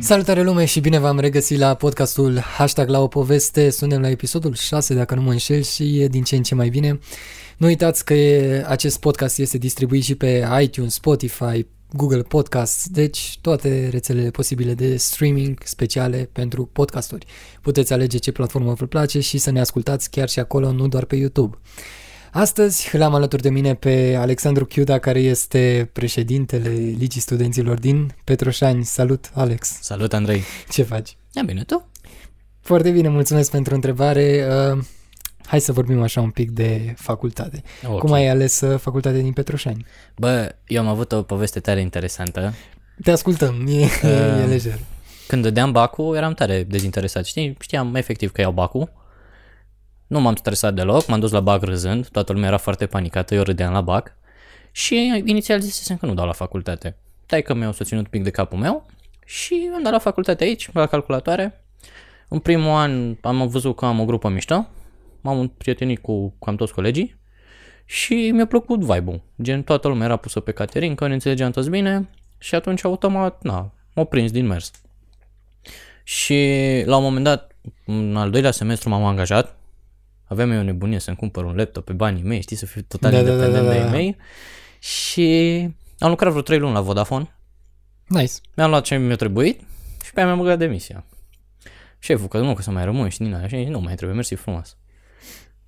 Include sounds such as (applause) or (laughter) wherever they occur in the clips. Salutare lume și bine v-am regăsit la podcastul Hashtag la o poveste. Suntem la episodul 6, dacă nu mă înșel, și e din ce în ce mai bine. Nu uitați că e, acest podcast este distribuit și pe iTunes, Spotify, Google Podcast, deci toate rețelele posibile de streaming speciale pentru podcasturi. Puteți alege ce platformă vă place și să ne ascultați chiar și acolo, nu doar pe YouTube. Astăzi l-am alături de mine pe Alexandru Chiuda, care este președintele Ligii Studenților din Petroșani. Salut, Alex! Salut, Andrei! Ce faci? Ia bine, tu? Foarte bine, mulțumesc pentru întrebare. Uh, hai să vorbim așa un pic de facultate. Okay. Cum ai ales uh, facultatea din Petroșani? Bă, eu am avut o poveste tare interesantă. Te ascultăm, (laughs) e, uh, e lejer. Când dădeam bacul, eram tare dezinteresat. Știi, știam efectiv că iau bacul. Nu m-am stresat deloc, m-am dus la bac râzând, toată lumea era foarte panicată, eu râdeam la bac. Și inițial zisesem că nu dau la facultate. Tai că mi-au susținut pic de capul meu și am dat la facultate aici, la calculatoare. În primul an am văzut că am o grupă mișto, m-am împrietenit cu cam toți colegii și mi-a plăcut vibe-ul. Gen, toată lumea era pusă pe Caterin, că ne înțelegeam toți bine și atunci automat, na, m-a prins din mers. Și la un moment dat, în al doilea semestru m-am angajat, aveam eu nebunie să-mi cumpăr un laptop pe banii mei, știi, să fiu total Da, da, da, independent da, de da. ei mei și am lucrat vreo 3 luni la Vodafone, Nice. mi-am luat ce mi-a trebuit și pe aia mi-am băgat demisia. Șeful, că nu, că să mai rămân și din aia, și nu mai trebuie, mersi frumos.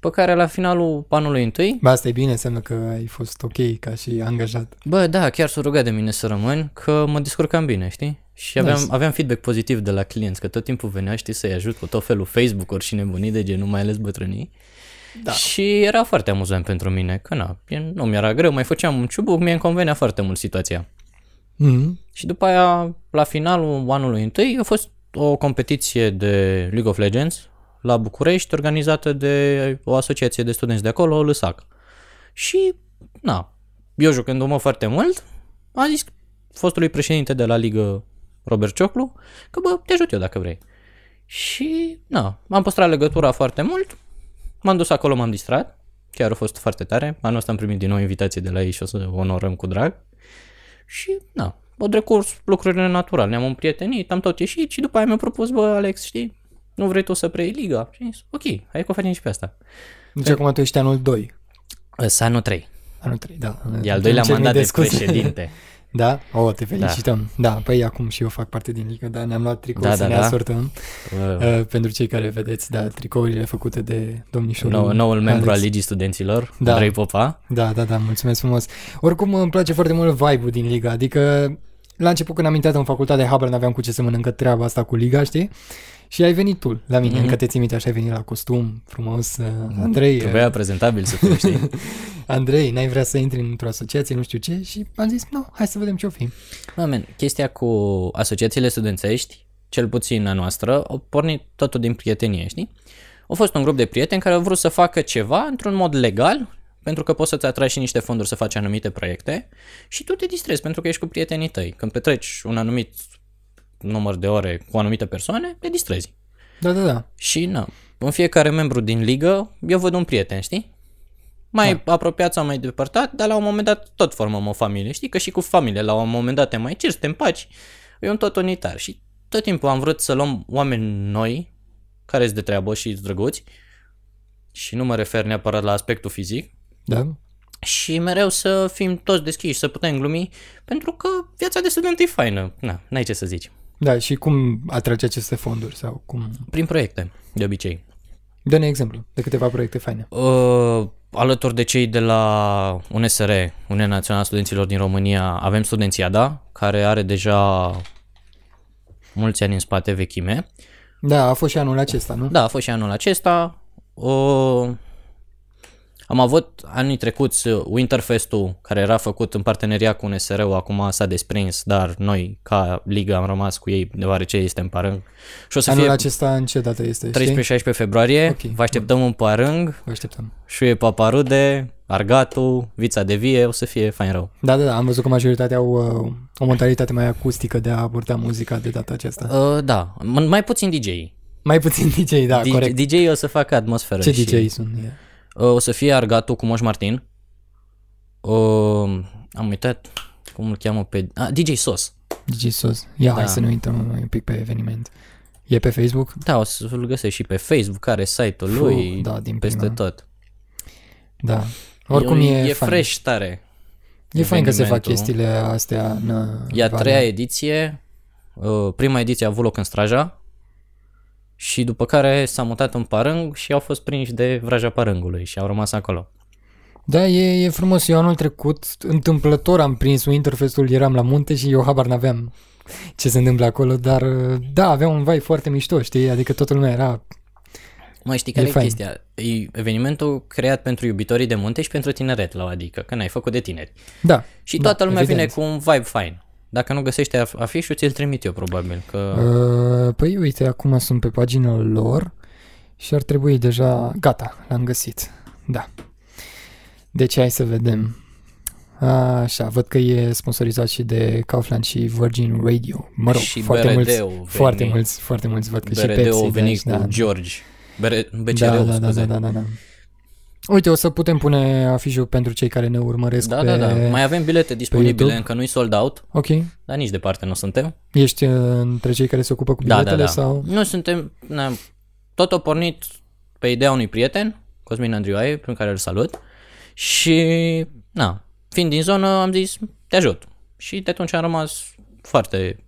Pe care la finalul anului întâi, Ba, asta e bine, înseamnă că ai fost ok ca și angajat. bă, da, chiar s-a rugat de mine să rămân, că mă descurcam bine, știi? Și aveam, Nice. aveam feedback pozitiv de la clienți, că tot timpul venea, știi, să-i ajut cu tot felul Facebook-uri și nebunii de genul, mai ales bătrânii. Da. Și era foarte amuzant pentru mine, că na, e- nu mi-era greu, mai făceam un ciubuc, mie îmi convenea foarte mult situația. Mm-hmm. Și după aia, la finalul anului întâi, a fost o competiție de League of Legends la București, organizată de o asociație de studenți de acolo, LSAC. Și, na, eu jucându-mă foarte mult, am zis fostului președinte de la ligă, Robert Cioclu, că bă, te ajut eu dacă vrei. Și, na, am păstrat legătura foarte mult, m-am dus acolo, m-am distrat, chiar a fost foarte tare, anul ăsta am primit din nou invitație de la ei și o să o onorăm cu drag. Și, na, au decurs lucrurile natural, ne-am împrietenit, am tot ieșit și după aia mi-a propus, bă, Alex, știi, nu vrei tu să preiei liga? Și am zis, ok, hai că o facem și pe asta. Păi- Deci acum tu ești anul 2. Să anul 3. Anul 3, da. Uh, E al doilea Îmi cer mii mandat de, scuze. președinte. (laughs) Da? O, oh, te felicităm. Da. da, păi acum și eu fac parte din ligă, dar ne-am luat tricou da, Da, să da, da, ne da. asortăm. Bă, Uh, pentru cei care vedeți, da, tricourile făcute de domnișorul nou, noul membru al Alex. Ligii Studenților, Da. da. Andrei Popa. Da, da, da, mulțumesc frumos. Oricum îmi place foarte mult vibe-ul din liga, adică la început când am intrat în facultate, habar n-aveam cu ce să mănâncă treaba asta cu liga, știi? Și ai venit tu la mine, mm-hmm. Mhm. Mm, încă te ții minte, așa ai venit la costum, frumos, uh, Andrei, uh, Trebuia prezentabil să fie, știi? Andrei, n-ai vrea să intri într-o asociație, nu știu ce, și am zis, nu, hai să vedem ce o fi. Mă, men, chestia cu asociațiile studențești, cel puțin a noastră, au pornit totul din prietenie, știi? A fost un grup de prieteni care au vrut să facă ceva într-un mod legal, pentru că poți să-ți atragi și niște fonduri să faci anumite proiecte și tu te distrezi pentru că ești cu prietenii tăi. Când petreci un anumit număr de ore cu anumite persoane, te distrezi. Da, da, da. Și na, în fiecare membru din ligă, eu văd un prieten, știi? Mai da. apropiat sau mai depărtat, dar la un moment dat tot formăm o familie. Știi că și cu familie la un moment dat te mai ceri, te împaci. E un tot unitar și tot timpul am vrut să luăm oameni noi, care sunt de treabă și sunt drăguți, și nu mă refer neapărat la aspectul fizic, Da, și mereu să fim toți deschiși, să putem glumi, pentru că viața de student e faină. Na, n-ai ce să zici. da, și cum atrage aceste fonduri sau cum... Prin proiecte, de obicei. Dă-ne exemplu de câteva proiecte faine. Uh, alături de cei de la UNSR, Uniunea Națională a Studenților din România, avem Studențiada, care are deja mulți ani în spate vechime. Da, a fost și anul acesta, nu? Da, a fost și anul acesta. Uh, am avut anii trecuți uh, Winterfest-ul, care era făcut în parteneria cu UNSR-ul, acum s-a desprins, dar noi, ca ligă, am rămas cu ei, deoarece este în parâng. Și o să anul fie acesta în ce dată este, știi? 13-16 februarie, Ok. vă așteptăm în parâng. Vă așteptăm. Șuie Paparude, Argatu, Vița de Vie, o să fie fain rău. Da, da, da, am văzut că majoritatea au uh, o mentalitate mai acustică de a aborda muzica de data aceasta. Uh, da, M- mai puțin DJ. Mai puțin (laughs) DJ, da, DJ, corect. DJ o să facă atmosferă. Ce și, DJ sunt? E. Uh, o să fie Argatu cu Moș Martin. Uh, am uitat cum îl cheamă pe... Ah, DJ Sos. Jesus. Ia, da. hai Da. să ne uităm un pic pe eveniment. E pe Facebook? Da, o să-l găsești și pe Facebook, are site-ul Fu, lui, da, din peste prima. tot. Da. Oricum e, e fain. fresh tare. E fain că se fac evenimentul. chestiile astea în E a vara. treia ediție, uh, prima ediție a avut loc în Straja și după care s-a mutat în Parâng și au fost prinși de vraja Parângului și au rămas acolo. Da, e, e frumos. Eu anul trecut, întâmplător, am prins Winterfestul, eram la munte și eu habar n-aveam ce se întâmplă acolo, dar da, avea un vibe foarte mișto, știi? Adică toată lumea era... Mai știi care E e, fain. chestia? E evenimentul creat pentru iubitorii de munte și pentru tineret, la adică, că n-ai făcut de tineri. Da. Și da, toată lumea evident. vine cu un vibe fain. Dacă nu găsești af- afișul, ți-l trimit eu probabil, că Uh, Păi uite, acum sunt pe pagina lor și ar trebui deja... Gata, l-am găsit. Da. Deci hai să vedem. Așa, văd că e sponsorizat și de Kaufland și Virgin Radio. Mă rog, Și foarte mulți, BRD-ul veni. foarte mulți, foarte mulți văd că și Pepsi. BRD-ul veni deci, cu da, George. BR- da, da, BCR-ul, da, scuze. da, da, da, da. Uite, o să putem pune afișul pentru cei care ne urmăresc Da, pe... da, da. Mai avem bilete disponibile, YouTube. încă nu-i sold out, Ok. dar nici departe nu suntem. Ești uh, între cei care se ocupă cu Da, biletele da, da. sau... Nu suntem... Ne-am tot o pornit pe ideea unui prieten, Cosmin Andrioae, prin care îl salut. Și, na, fiind din zonă, am zis, te ajut. Și de atunci am rămas foarte...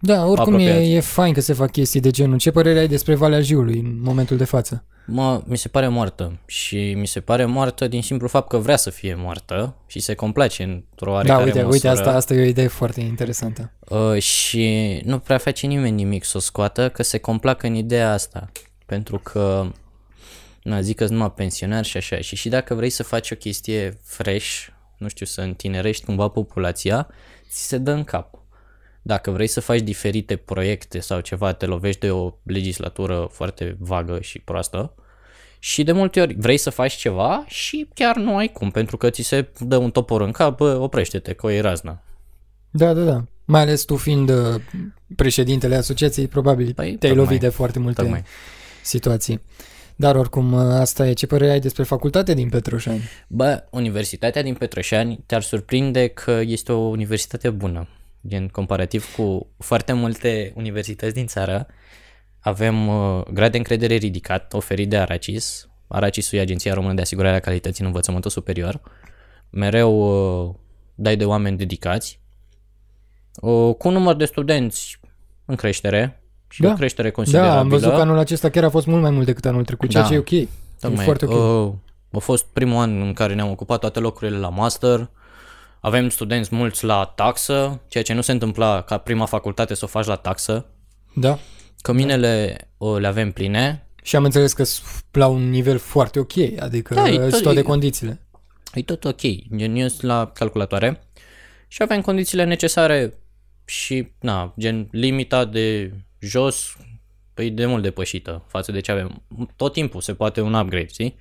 Da, oricum e, Apropiați. e fain că se fac chestii de genul. Ce părere ai despre Valea Jiului în momentul de față? Mă, mi se pare moartă și mi se pare moartă din simplu fapt că vrea să fie moartă și se complace într-o da, oarecare uite, măsură. uite asta, asta e o idee foarte interesantă. Uh, și nu prea face nimeni nimic să o scoată, că se complac în ideea asta. Pentru că, na, zic că numai pensionar și așa. Și și dacă vrei să faci o chestie fresh, nu știu, să întinerești cumva populația, ți se dă în cap. Dacă vrei să faci diferite proiecte sau ceva, te lovești de o legislatură foarte vagă și proastă. Și de multe ori vrei să faci ceva și chiar nu ai cum, pentru că ți se dă un topor în cap, bă, oprește-te, că e razna. Da, da, da. Mai ales tu fiind uh, președintele asociației, probabil Păi, te-ai tocmai, lovit de foarte multe Tocmai. situații. Dar oricum, uh, asta e. Ce părere ai despre facultatea din Petroșani? Bă, Universitatea din Petroșani te-ar surprinde că este o universitate bună. Gen, comparativ cu foarte multe universități din țară, avem uh, grad de încredere ridicat oferit de Aracis. Aracisul e Agenția Română de Asigurare a Calității în Învățământul Superior. Mereu uh, dai de oameni dedicați. Uh, cu un număr de studenți în creștere și Da. o creștere considerabilă. Da, am văzut că anul acesta chiar a fost mult mai mult decât anul trecut, ceea Da. ce e ok. E Tocmai, foarte ok. uh, a fost primul an în care ne-am ocupat toate locurile la master. Avem studenți mulți la taxă, ceea ce nu se întâmpla ca prima facultate să o faci la taxă. Da. Căminele uh, le avem pline. Și am înțeles că sunt la un nivel foarte ok, adică Da, e da, tot- toate e- condițiile. E tot ok. Gen, eu sunt la calculatoare și avem condițiile necesare și, na, gen, limita de jos e de mult depășită față de ce avem. Tot timpul se poate un upgrade, știi?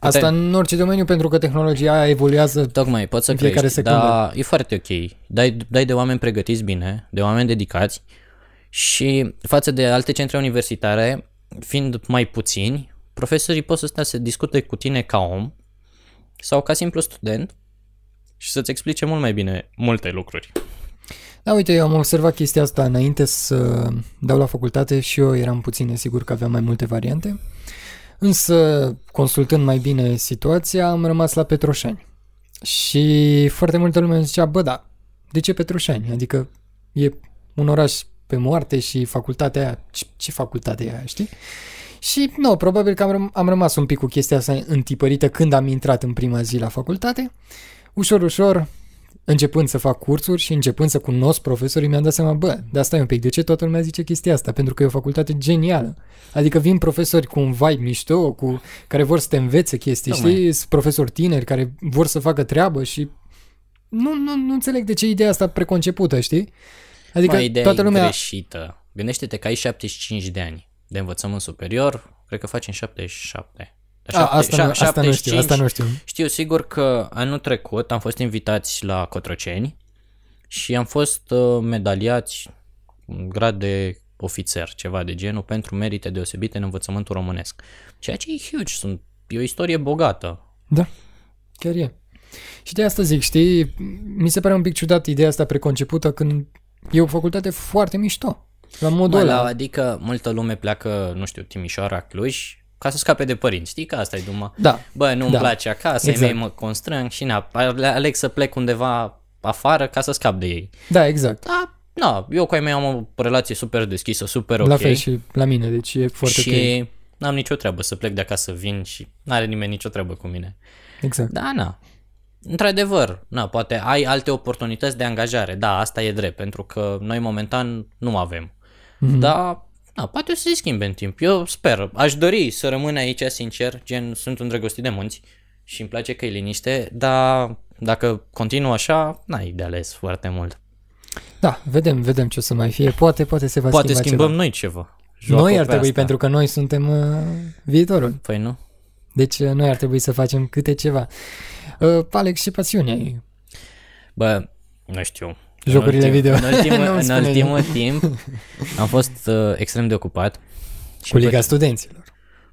Asta în orice domeniu, pentru că tehnologia aia evoluează. Tocmai, poți să În fiecare crești, secundă. dar e foarte ok. Dai, dai de oameni pregătiți bine, de oameni dedicați și față de alte centre universitare, fiind mai puțini, profesorii pot să stea să discute cu tine ca om sau ca simplu student și să-ți explice mult mai bine multe lucruri. Da, uite, eu am observat chestia asta înainte să dau la facultate și eu eram puțin nesigur că aveam mai multe variante. Însă, consultând mai bine situația, am rămas la Petroșani. Și foarte multă lume îmi zicea, bă, da, de ce Petroșani? Adică e un oraș pe moarte și facultatea aia, ce, ce facultate e aia, știi? Și, nu, probabil că am, răm- am rămas un pic cu chestia asta întipărită când am intrat în prima zi la facultate. Ușor, ușor, începând să fac cursuri și începând să cunosc profesorii, mi-am dat seama, bă, dar stai un pic, de ce toată lumea zice chestia asta? Pentru că e o facultate genială. Adică vin profesori cu un vibe mișto, cu, care vor să te învețe chestii, Tocmai. știi? Sunt profesori tineri care vor să facă treabă și nu, nu, nu înțeleg de ce ideea asta preconcepută, știi? Adică Mai ideea toată e lumea... greșită. Gândește-te că ai 75 de ani de învățământ superior, cred că faci în 77. A, asta, nu, asta nu știu, asta nu știu. Știu sigur că anul trecut am fost invitați la Cotroceni și am fost uh, medaliați în grad de ofițer, ceva de genul, pentru merite deosebite în învățământul românesc. Ceea ce e huge, sunt, e o istorie bogată. Chiar e. Și de asta zic, știi, mi se pare un pic ciudat ideea asta preconcepută când E o facultate foarte mișto. La modul Mă, ăla. la, adică multă lume pleacă, nu știu, Timișoara, Cluj, ca să scape de părinți, știi? Că asta e duma. Da. Bă, nu-mi Da. place acasă, Exact. exact. ei mei mă constrâng și na, ale- aleg să plec undeva afară ca să scap de ei. Da, exact. Da, na, eu cu ai mei am o relație super deschisă, super ok. La fel și la mine, deci e foarte și ok. n-am nicio treabă să plec de acasă, vin și n-are nimeni nicio treabă cu mine. Exact. Da, na. Într-adevăr, na, poate ai alte oportunități de angajare. Da, asta e drept, pentru că noi momentan nu avem. Mhm. Mm-hmm. Dar, na, poate o să se schimbe în timp. Eu sper. Aș dori să rămân aici, sincer, gen sunt îndrăgostit de munți și îmi place că e liniște, dar dacă continuu așa, n-ai de ales foarte mult. Da, vedem, vedem ce o să mai fie. Poate, poate se va Poate schimba schimbăm ceva. noi ceva. Joacă Noi ar pe trebui, asta. pentru că noi suntem uh, viitorul. Păi nu? Deci uh, noi ar trebui să facem câte ceva. Uh, Alex, și pasiunea e. Bă, nu știu. Jocurile în ultim- video. În (laughs) ultimul, Nu-mi în spune ultimul timp am fost uh, extrem de ocupat. Și Cu Liga păi- Studenților.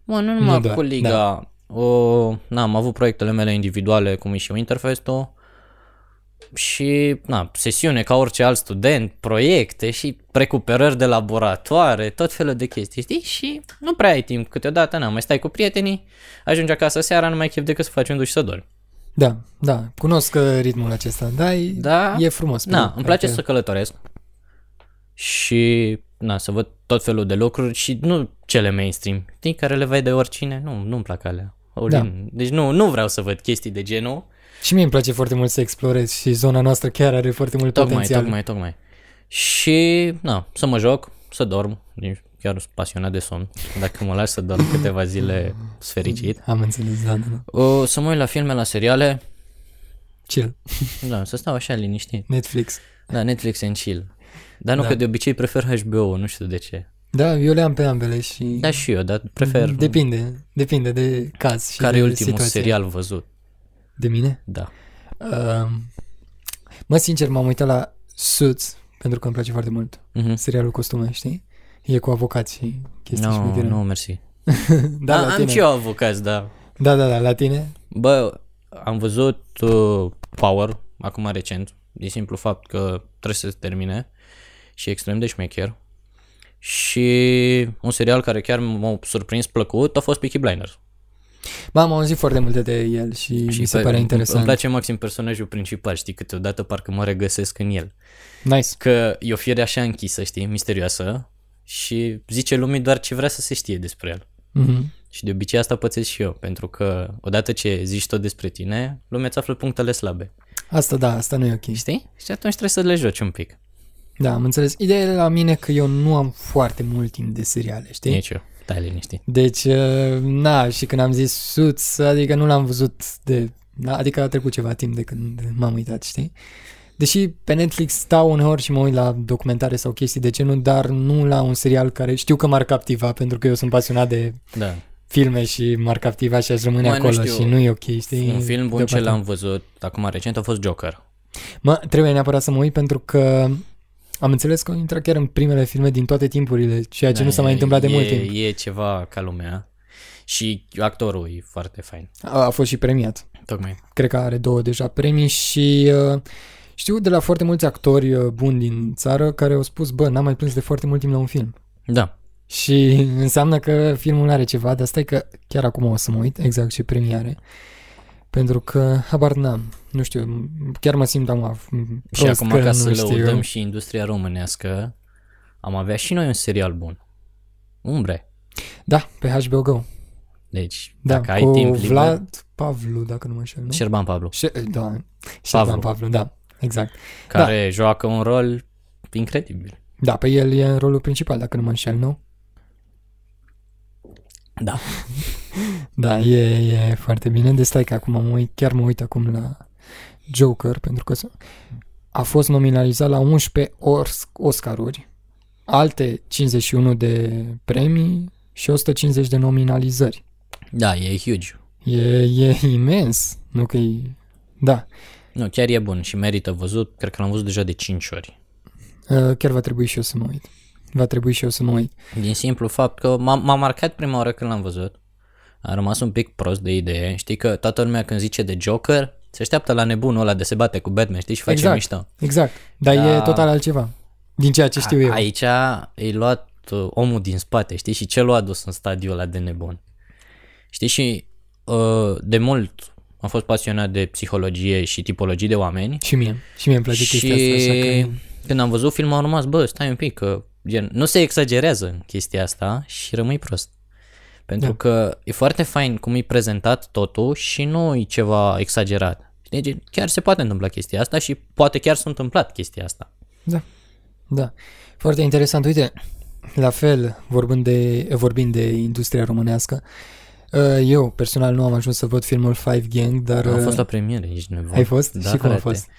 Mă, nu numai doar, cu Liga. Da. O, na, am avut proiectele mele individuale, cum e și Winterfest-ul. Și, na, sesiune ca orice alt student, proiecte și recuperări de laboratoare, tot felul de chestii, știi? Și nu prea ai timp câteodată, na, mai stai cu prietenii, ajungi acasă seara, nu mai ai chef decât să faci un duș și să dormi. Da, da, cunosc uh, ritmul acesta, da, e, Da. e frumos. Na, Păi, îmi place adică- să călătoresc și na, să văd tot felul de lucruri și nu cele mainstream, știi, care le vede oricine, nu, nu-mi plac alea. Da. Deci nu, nu vreau să văd chestii de genul, Și mie îmi place foarte mult să explorez și zona noastră chiar are foarte mult tocmai, potențial. tocmai, tocmai. Și, na, să mă joc, să dorm, deci chiar sunt pasionat de somn, dacă mă lași să dorm câteva zile sunt fericit. Am înțeles, da, da, da. O, să mă uit la filme, la seriale, Chill, da, să stau așa liniștit. Netflix. Da, Netflix and chill. Dar nu da. că de obicei prefer HBO, nu știu de ce. Da, eu le am pe ambele și Da, și eu, dar prefer depinde, depinde de caz și Care de e ultimul situație. serial văzut? De mine? Da. Uh, mă, sincer, m-am uitat la Suits, pentru că îmi place foarte mult Mhm. serialul costume, știi? E cu avocați și chestii Nu, șmechere. no, nu, mersi. Da, am la tine. și eu avocați, da. Da, da, da, la tine. Bă, am văzut uh, Power, acum recent, din simplu fapt că trebuie să se termine și e extrem de șmecher. Și un serial care chiar m-a surprins plăcut a fost Peaky Blinders. M-am auzit foarte multe de el și, și mi se pe- pare îmi- interesant. Îmi place maxim personajul principal, știi, câteodată parcă mă regăsesc în el. Nice. Că e o fiere așa închisă, știi, misterioasă și zice lumii doar ce vrea să se știe despre el. Mm-hmm. Și de obicei asta pățesc și eu, pentru că odată ce zici tot despre tine, lumea îți află punctele slabe, Asta da, asta nu e ok. știi? Și atunci trebuie să le joci un pic. Da, am înțeles. Ideea e la mine că eu nu am foarte mult timp de seriale, știi? Nici eu, stai liniștit. Deci, uh, na, și când am zis suț, adică nu l-am văzut de... Na, adică a trecut ceva timp de când m-am uitat, știi? Deși pe Netflix stau uneori și mă uit la documentare sau chestii de genul, dar nu la un serial care știu că m-ar captiva, pentru că eu sunt pasionat de Da. filme și m-ar captiva și aș rămâne Mai nu acolo știu. și nu e ok, știi? Un film bun ce Deoparte. l-am văzut acum recent a fost Joker. Mă, trebuie neapărat să mă uit pentru că am înțeles că intră chiar în primele filme din toate timpurile, ceea ce nu s-a mai întâmplat de e, mult timp. E ceva ca lumea și actorul e foarte fain. A, a fost și premiat. Tocmai. Cred că are două deja premii și uh, știu de la foarte mulți actori uh, buni din țară care au spus, bă, n-am mai plâns de foarte mult timp la un film. Da. Și (laughs) înseamnă că filmul are ceva, dar stai că chiar acum o să mă uit exact ce premii are. Pentru că habar n-am, nu știu, chiar mă simt am Și acum ca să lăudăm știu. și industria românească, am avea și noi un serial bun. Umbre. Da, pe HBO Go. Deci, Da, dacă ai cu timp liber, eh, Vlad Pavlu, dacă nu mă înșel, nu? Șerban Pablo. Șe- da, Șerban Pavlu, da, exact. care da. joacă un rol incredibil. Da, pe el e în rolul principal, dacă nu mă înșel, nu? Da. (laughs) Da, e, e foarte bine. De stai că acum mă uit, chiar mă uit acum la Joker, pentru că s- a fost nominalizat la 11 ors- Oscaruri, alte 51 de premii și 150 de nominalizări. Da, e huge. E, e imens, nu că e... Da, Nu, chiar e bun și merită văzut. Cred că l-am văzut deja de 5 ori. uh, chiar va trebui și eu să mă uit. Va trebui și eu să mă uit. Din simplu fapt că m-a, m-a marcat prima oară când l-am văzut. A rămas un pic prost de idee. Știi că toată lumea când zice de Joker, se așteaptă la nebunul ăla de se bate cu Batman, știi, și face Exact. mișto. Exact, dar da. Da. e total altceva. Din ceea ce știu A- eu. Aici e luat uh, omul din spate, știi? Și ce l-a adus în stadiul ăla de nebun. Știi? Și uh, de mult am fost pasionat de psihologie și tipologii de oameni. Și mie. Și mie îmi place și chestia asta, așa că... când am văzut filmul am rămas, bă, stai un pic, că gen, nu se exagerează în chestia asta și rămâi prost. Pentru Da. că e foarte fain cum e prezentat totul și nu e ceva exagerat. Știi? Gen, Chiar se poate întâmpla chestia asta și poate chiar s-a întâmplat chestia asta. Da, da. Foarte interesant. Uite, la fel, vorbind de, vorbind de industria românească, uh, eu personal nu am ajuns să văd filmul Five Gang, dar... Am uh, fost la premieră, ești nebun. Da, Ai fost? Și cum a frate. fost? Adică-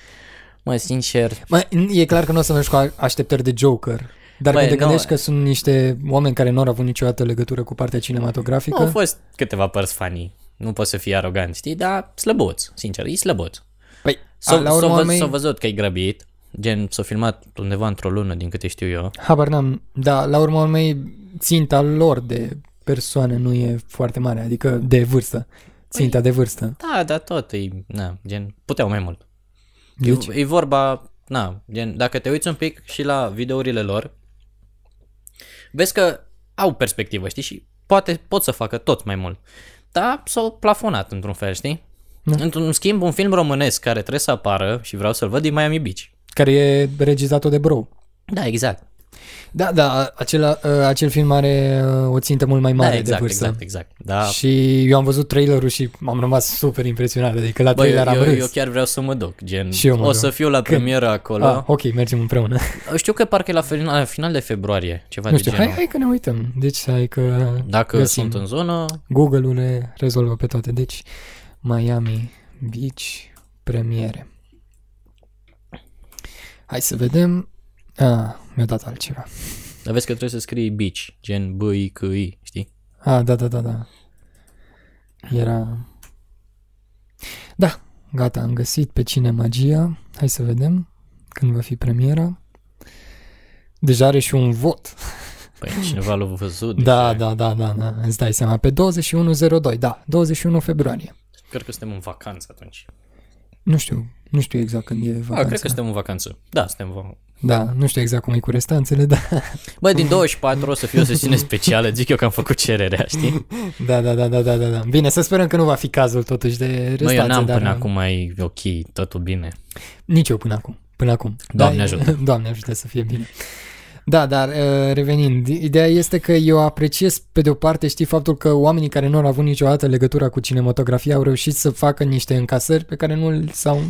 Mă, sincer, Mai, e clar că nu o să mergi cu a- așteptări de Joker, dar Băi, când te nu. gândești că sunt niște oameni care nu au avut niciodată legătură cu partea cinematografică, au fost câteva părți funny. Nu poți să fii arogant, știi? Dar slăbuț, sincer, e slăbuț. păi, S-au la urmă s-au văz, urmei, s-au văzut că e grăbit, gen s-a filmat undeva într-o lună, din câte știu eu. habar n-am, da, la urma urmei, ținta lor de persoane nu e foarte mare, adică de vârstă, ținta de vârstă. Da, dar tot, e, na, gen, puteau mai mult. Deci, E, e vorba, na, gen, dacă te uiți un pic și la videourile lor, vezi că au perspectivă, știi? Și poate pot să facă tot mai mult. Dar s-au plafonat într-un fel, știi? Da. Într-un schimb, un film românesc care trebuie să apară și vreau să-l văd e Miami Beach. care e regizat-o de Bro. Da, exact. Da, da, acela, uh, acel film are uh, o țintă mult mai mare da, exact, de vârstă. exact, exact. Da. Și eu am văzut trailerul și am rămas super impresionat, adică la Bă, trailer am eu, râs. eu chiar vreau să mă duc, gen, Și eu mă o duc. să fiu la premieră acolo. Ah, ok, mergem împreună. Știu că parcă e la final, la final de februarie, ceva Nu de știu, genul. hai, hai că ne uităm. Deci, hai că Dacă găsim. sunt în zonă, Google-ul le rezolvă pe toate. Deci, Miami Beach premiere. Hai să vedem. Ah, mi-a dat altceva. Dar vezi că trebuie să scrii beach, gen b i c i știi? Ah, da, da, da, da. Era... Da, gata, am găsit pe cine magia. Hai să vedem când va fi premiera. Deja are și un vot. Păi (laughs) cineva l-a văzut. Da, deci, da, da, da, da, îți dai seama. Pe 21.02, da, 21 februarie. Cred că suntem în vacanță atunci. Nu știu, nu știu exact când e Ah, vacanța. cred că suntem în vacanță. Da, suntem în vacanță. Da, nu știu exact cum e cu restanțele, (laughs) da. (laughs) Bă, din 24 o să fie o sesiune specială, zic eu că am făcut cererea, știi? Da, da, da, da, da, da, da. Bine, să sperăm că nu va fi cazul totuși de restanțe. Mă, eu n-am dar, Deci- până acum mai ok, totul bine. Nici eu până acum, până acum. Doamne Da, e- ajută. (laughs) Doamne ajută să fie bine. Da, dar uh, revenind, ideea este că eu apreciez pe de o parte, știi, faptul că oamenii care nu au avut niciodată legătura cu cinematografia au reușit să facă niște încasări pe care nu, sau,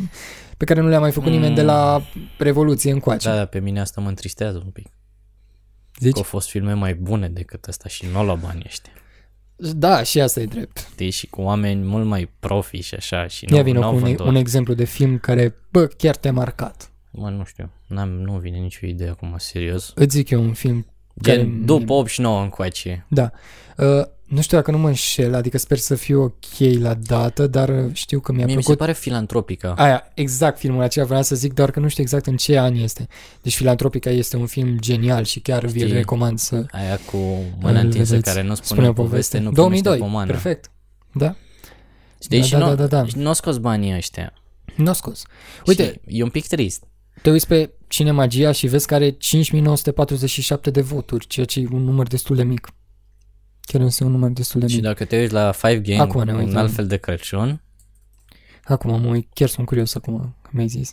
pe care nu le-a mai făcut mm. nimeni de la Revoluție încoace. Da, dar pe mine asta mă întristează un Deci- pic. Zici? Că au fost filme mai bune decât asta și nu au luat banii ăștia. Da, și asta e drept. Știi? Și cu oameni mult mai profi și așa și Ia nu, vină n-au cu un, vândut. un exemplu de film care, bă, chiar te-a marcat. Mă, nu știu, n-am, nu vine nicio idee acum, serios. Îți zic eu un film care... Gen, după 89 încoace. Da. Uh, nu știu dacă nu mă înșel, adică sper să fiu ok la dată, dar uh, știu că mi-a Mie mi se plăcut. pare da. filantropică. Aia, exact filmul acela, vreau să zic, doar că nu știu exact în ce an este. Deci Filantropica este un film genial și chiar vi-l Știi. recomand să Aia cu îl mâna întinsă vedeți. care nu spune, spune poveste, nu 2002, primește pomană. perfect. Da, Știi? Da, și da, nu, da, da, da. și nu au scos banii ăștia. nu scos. Uite, Și e un pic trist. Te uiți pe Cinemagia și vezi că are 5947 de voturi, ceea ce e un număr destul de mic. Chiar este un număr destul de Și mic. dacă te uiți la Five Game, Acum ne un uităm. alt fel de Crăciun, Acum mă uit, chiar sunt curios acum că mi-ai zis.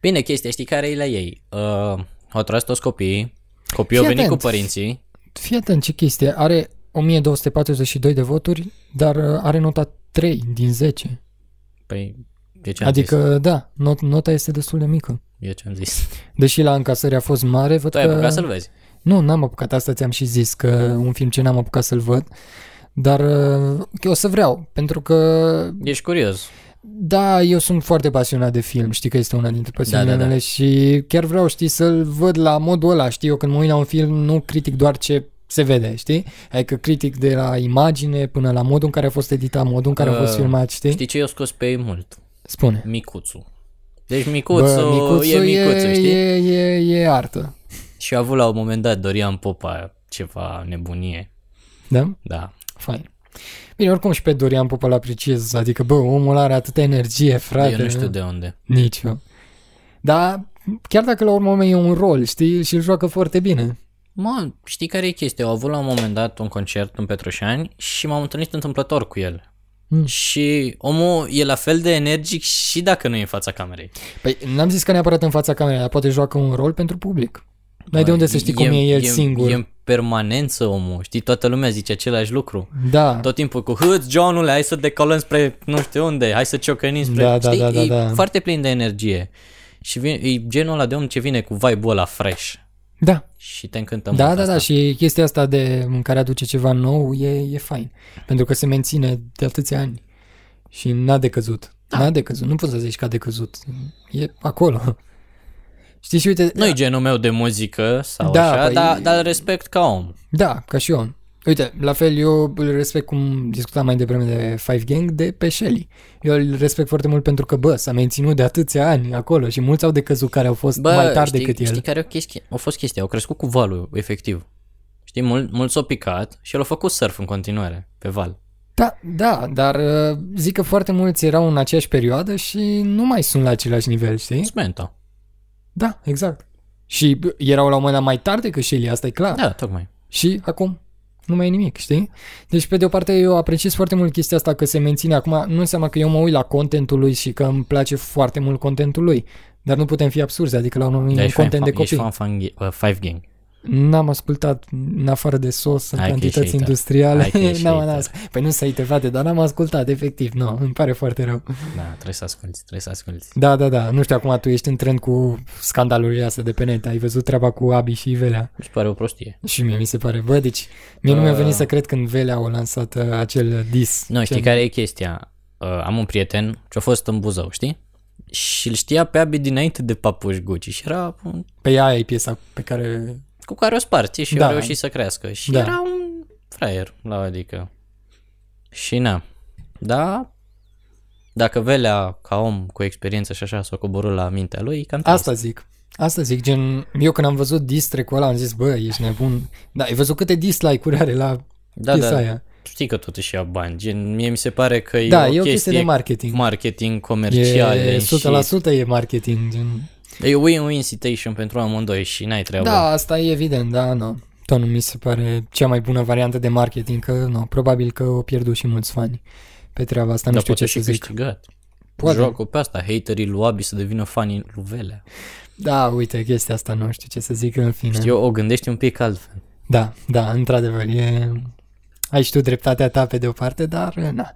bine, chestia, știi care e la ei? Uh, au tras toți copiii, copiii au Fii venit atent. cu părinții, Fii atent ce chestie, are 1242 de voturi, dar uh, are nota 3 din 10. păi, de ce am zis? Adică, da, not, nota este destul de mică. Eu ce am (laughs) zis? Deși la încasări a fost mare, văd Tu ai că... apucat să-l vezi. Nu, n-am apucat, asta ți-am și zis, că un film ce n-am apucat să-l văd. Dar uh, eu o să vreau, pentru că Ești curios. Da, eu sunt foarte pasionat de film, știi că este una dintre pasiunile Da, da, da. mele și chiar vreau, știi, să-l văd la modul ăla, știi, eu când mă uit la un film nu critic doar ce se vede, știi? Adică critic de la imagine până la modul în care a fost editat, modul în care a fost Uh, filmat, știi? Știi ce i-au scos pe ei mult? Spune. Micuțul. Deci micuțul, e micuțul, e, știi? e, e, e artă, Și a avut la un moment dat Dorian Popa ceva nebunie. da? Da. Fain. Bine, oricum și pe Dorian Popa la apreciez, adică, bă, omul are atâta energie, frate. Eu nu știu de unde. Nici eu. Dar chiar dacă la urmă e un rol, știi, și îl joacă foarte bine. Mă, știi care e chestia? Au avut la un moment dat un concert în Petroșani și m-am întâlnit întâmplător cu el. Mm. Și omul e la fel de energic și dacă nu e în fața camerei. Păi n-am zis că neapărat în fața camerei, dar poate joacă un rol pentru public. N-ai de unde să știi cum e el singur. E în permanență omul, știi? Toată lumea zice același lucru. da, Tot timpul cu hâț, Johnule, hai să decolăm spre nu știu unde, hai să ciocănim spre... Da, da, știi? da, da, e da. foarte plin de energie. Și vine, e genul ăla de om ce vine cu vibe-ul ăla fresh. da. Și te încântă Da, mult da, asta. da, și chestia asta de în care aduce ceva nou e, e fain. Pentru că se menține de atâția ani și n-a decăzut. Da. N-a decăzut. Nu poți să zici că a decăzut. E acolo. (laughs) Știi și uite, Nu e genul meu de muzică sau Da, da, așa, păi- dar, dar îl respect ca om. da, ca și eu. Uite, la fel eu îl respect cum discutam mai devreme de Five Gang, de pe Shelly. Eu îl respect foarte mult pentru că, bă, s-a menținut de atâția ani acolo și mulți au decăzut care au fost Bă, mai tari știi, decât el. știi care o chestie, a fost chestia? Au crescut cu valul, efectiv. Știi, mult, mult s-au picat și el a făcut surf în continuare, pe val. Da, da, dar uh, zic că foarte mulți erau în aceeași perioadă și nu mai sunt la același nivel, știi? Smenta. Da, exact. Și bă, erau la un moment dat mai tard decât Shelly, asta e clar. Da, tocmai. Și acum nu mai e nimic, știi? Deci, pe de o parte, eu apreciez foarte mult chestia asta că se menține. Acum, nu înseamnă că eu mă uit la contentul lui și că îmi place foarte mult contentul lui. Dar nu putem fi absurzi, adică la un moment Da, dat ești fan, content de fan, ești copii. fan, fan uh, Five Gang. N-am ascultat în afară de sos în Hai că ești cantități hater. industriale. Hai că ești (laughs) N-am, hater. n-am, păi nu se frate, dar n-am ascultat, efectiv, nu, îmi pare foarte rău. Da, trebuie să asculti, trebuie să asculti. Da, da, da. Nu știu, acum tu ești în trend cu scandalurile astea de pe net. Ai văzut treaba cu Abi și Velea. Mi se pare o prostie. Și mie mi se pare, bă, deci mie nu mi-a Uh. venit să cred când Velea a lansat uh, acel dis. Nu, știi care e chestia? Uh, am un prieten ce a fost în Buzău, știi? Și îl știa pe Abi dinainte de papuși Gucci și era un Pe ea e piesa pe care... cu care o sparți și Da. da. a reușit să crească. Și Da. da. era un fraier, la adică. Și na. Da, dacă Velea, ca om cu experiență și așa, s-a coborât la mintea lui, cam Asta zic. Asta zic, gen, eu când am văzut distrecul ăla am zis, bă, ești nebun. Da, ai văzut câte dislike-uri are la da, piesa da, aia. știi că totuși ia bani. Gen, mie mi se pare că e Da, o e o chestie chestie de marketing. marketing comerciale E, 100% și e marketing, gen. e win-win situation pentru amândoi și n-ai treabă. Da, asta e evident, da, nu. Tot nu mi se pare cea mai bună variantă de marketing, că nu, probabil că o pierdut și mulți fani pe treaba asta, nu Dar știu ce Da, poate să și zic. câștigat. Poate. Joacă pe asta, haterii lui Abi să devină fanii lui Velea. Da, uite, chestia asta nu știu ce să zic în fine. Știi, o gândești un pic altfel. Da, da, într-adevăr, e... ai și tu dreptatea ta pe de o parte, dar na.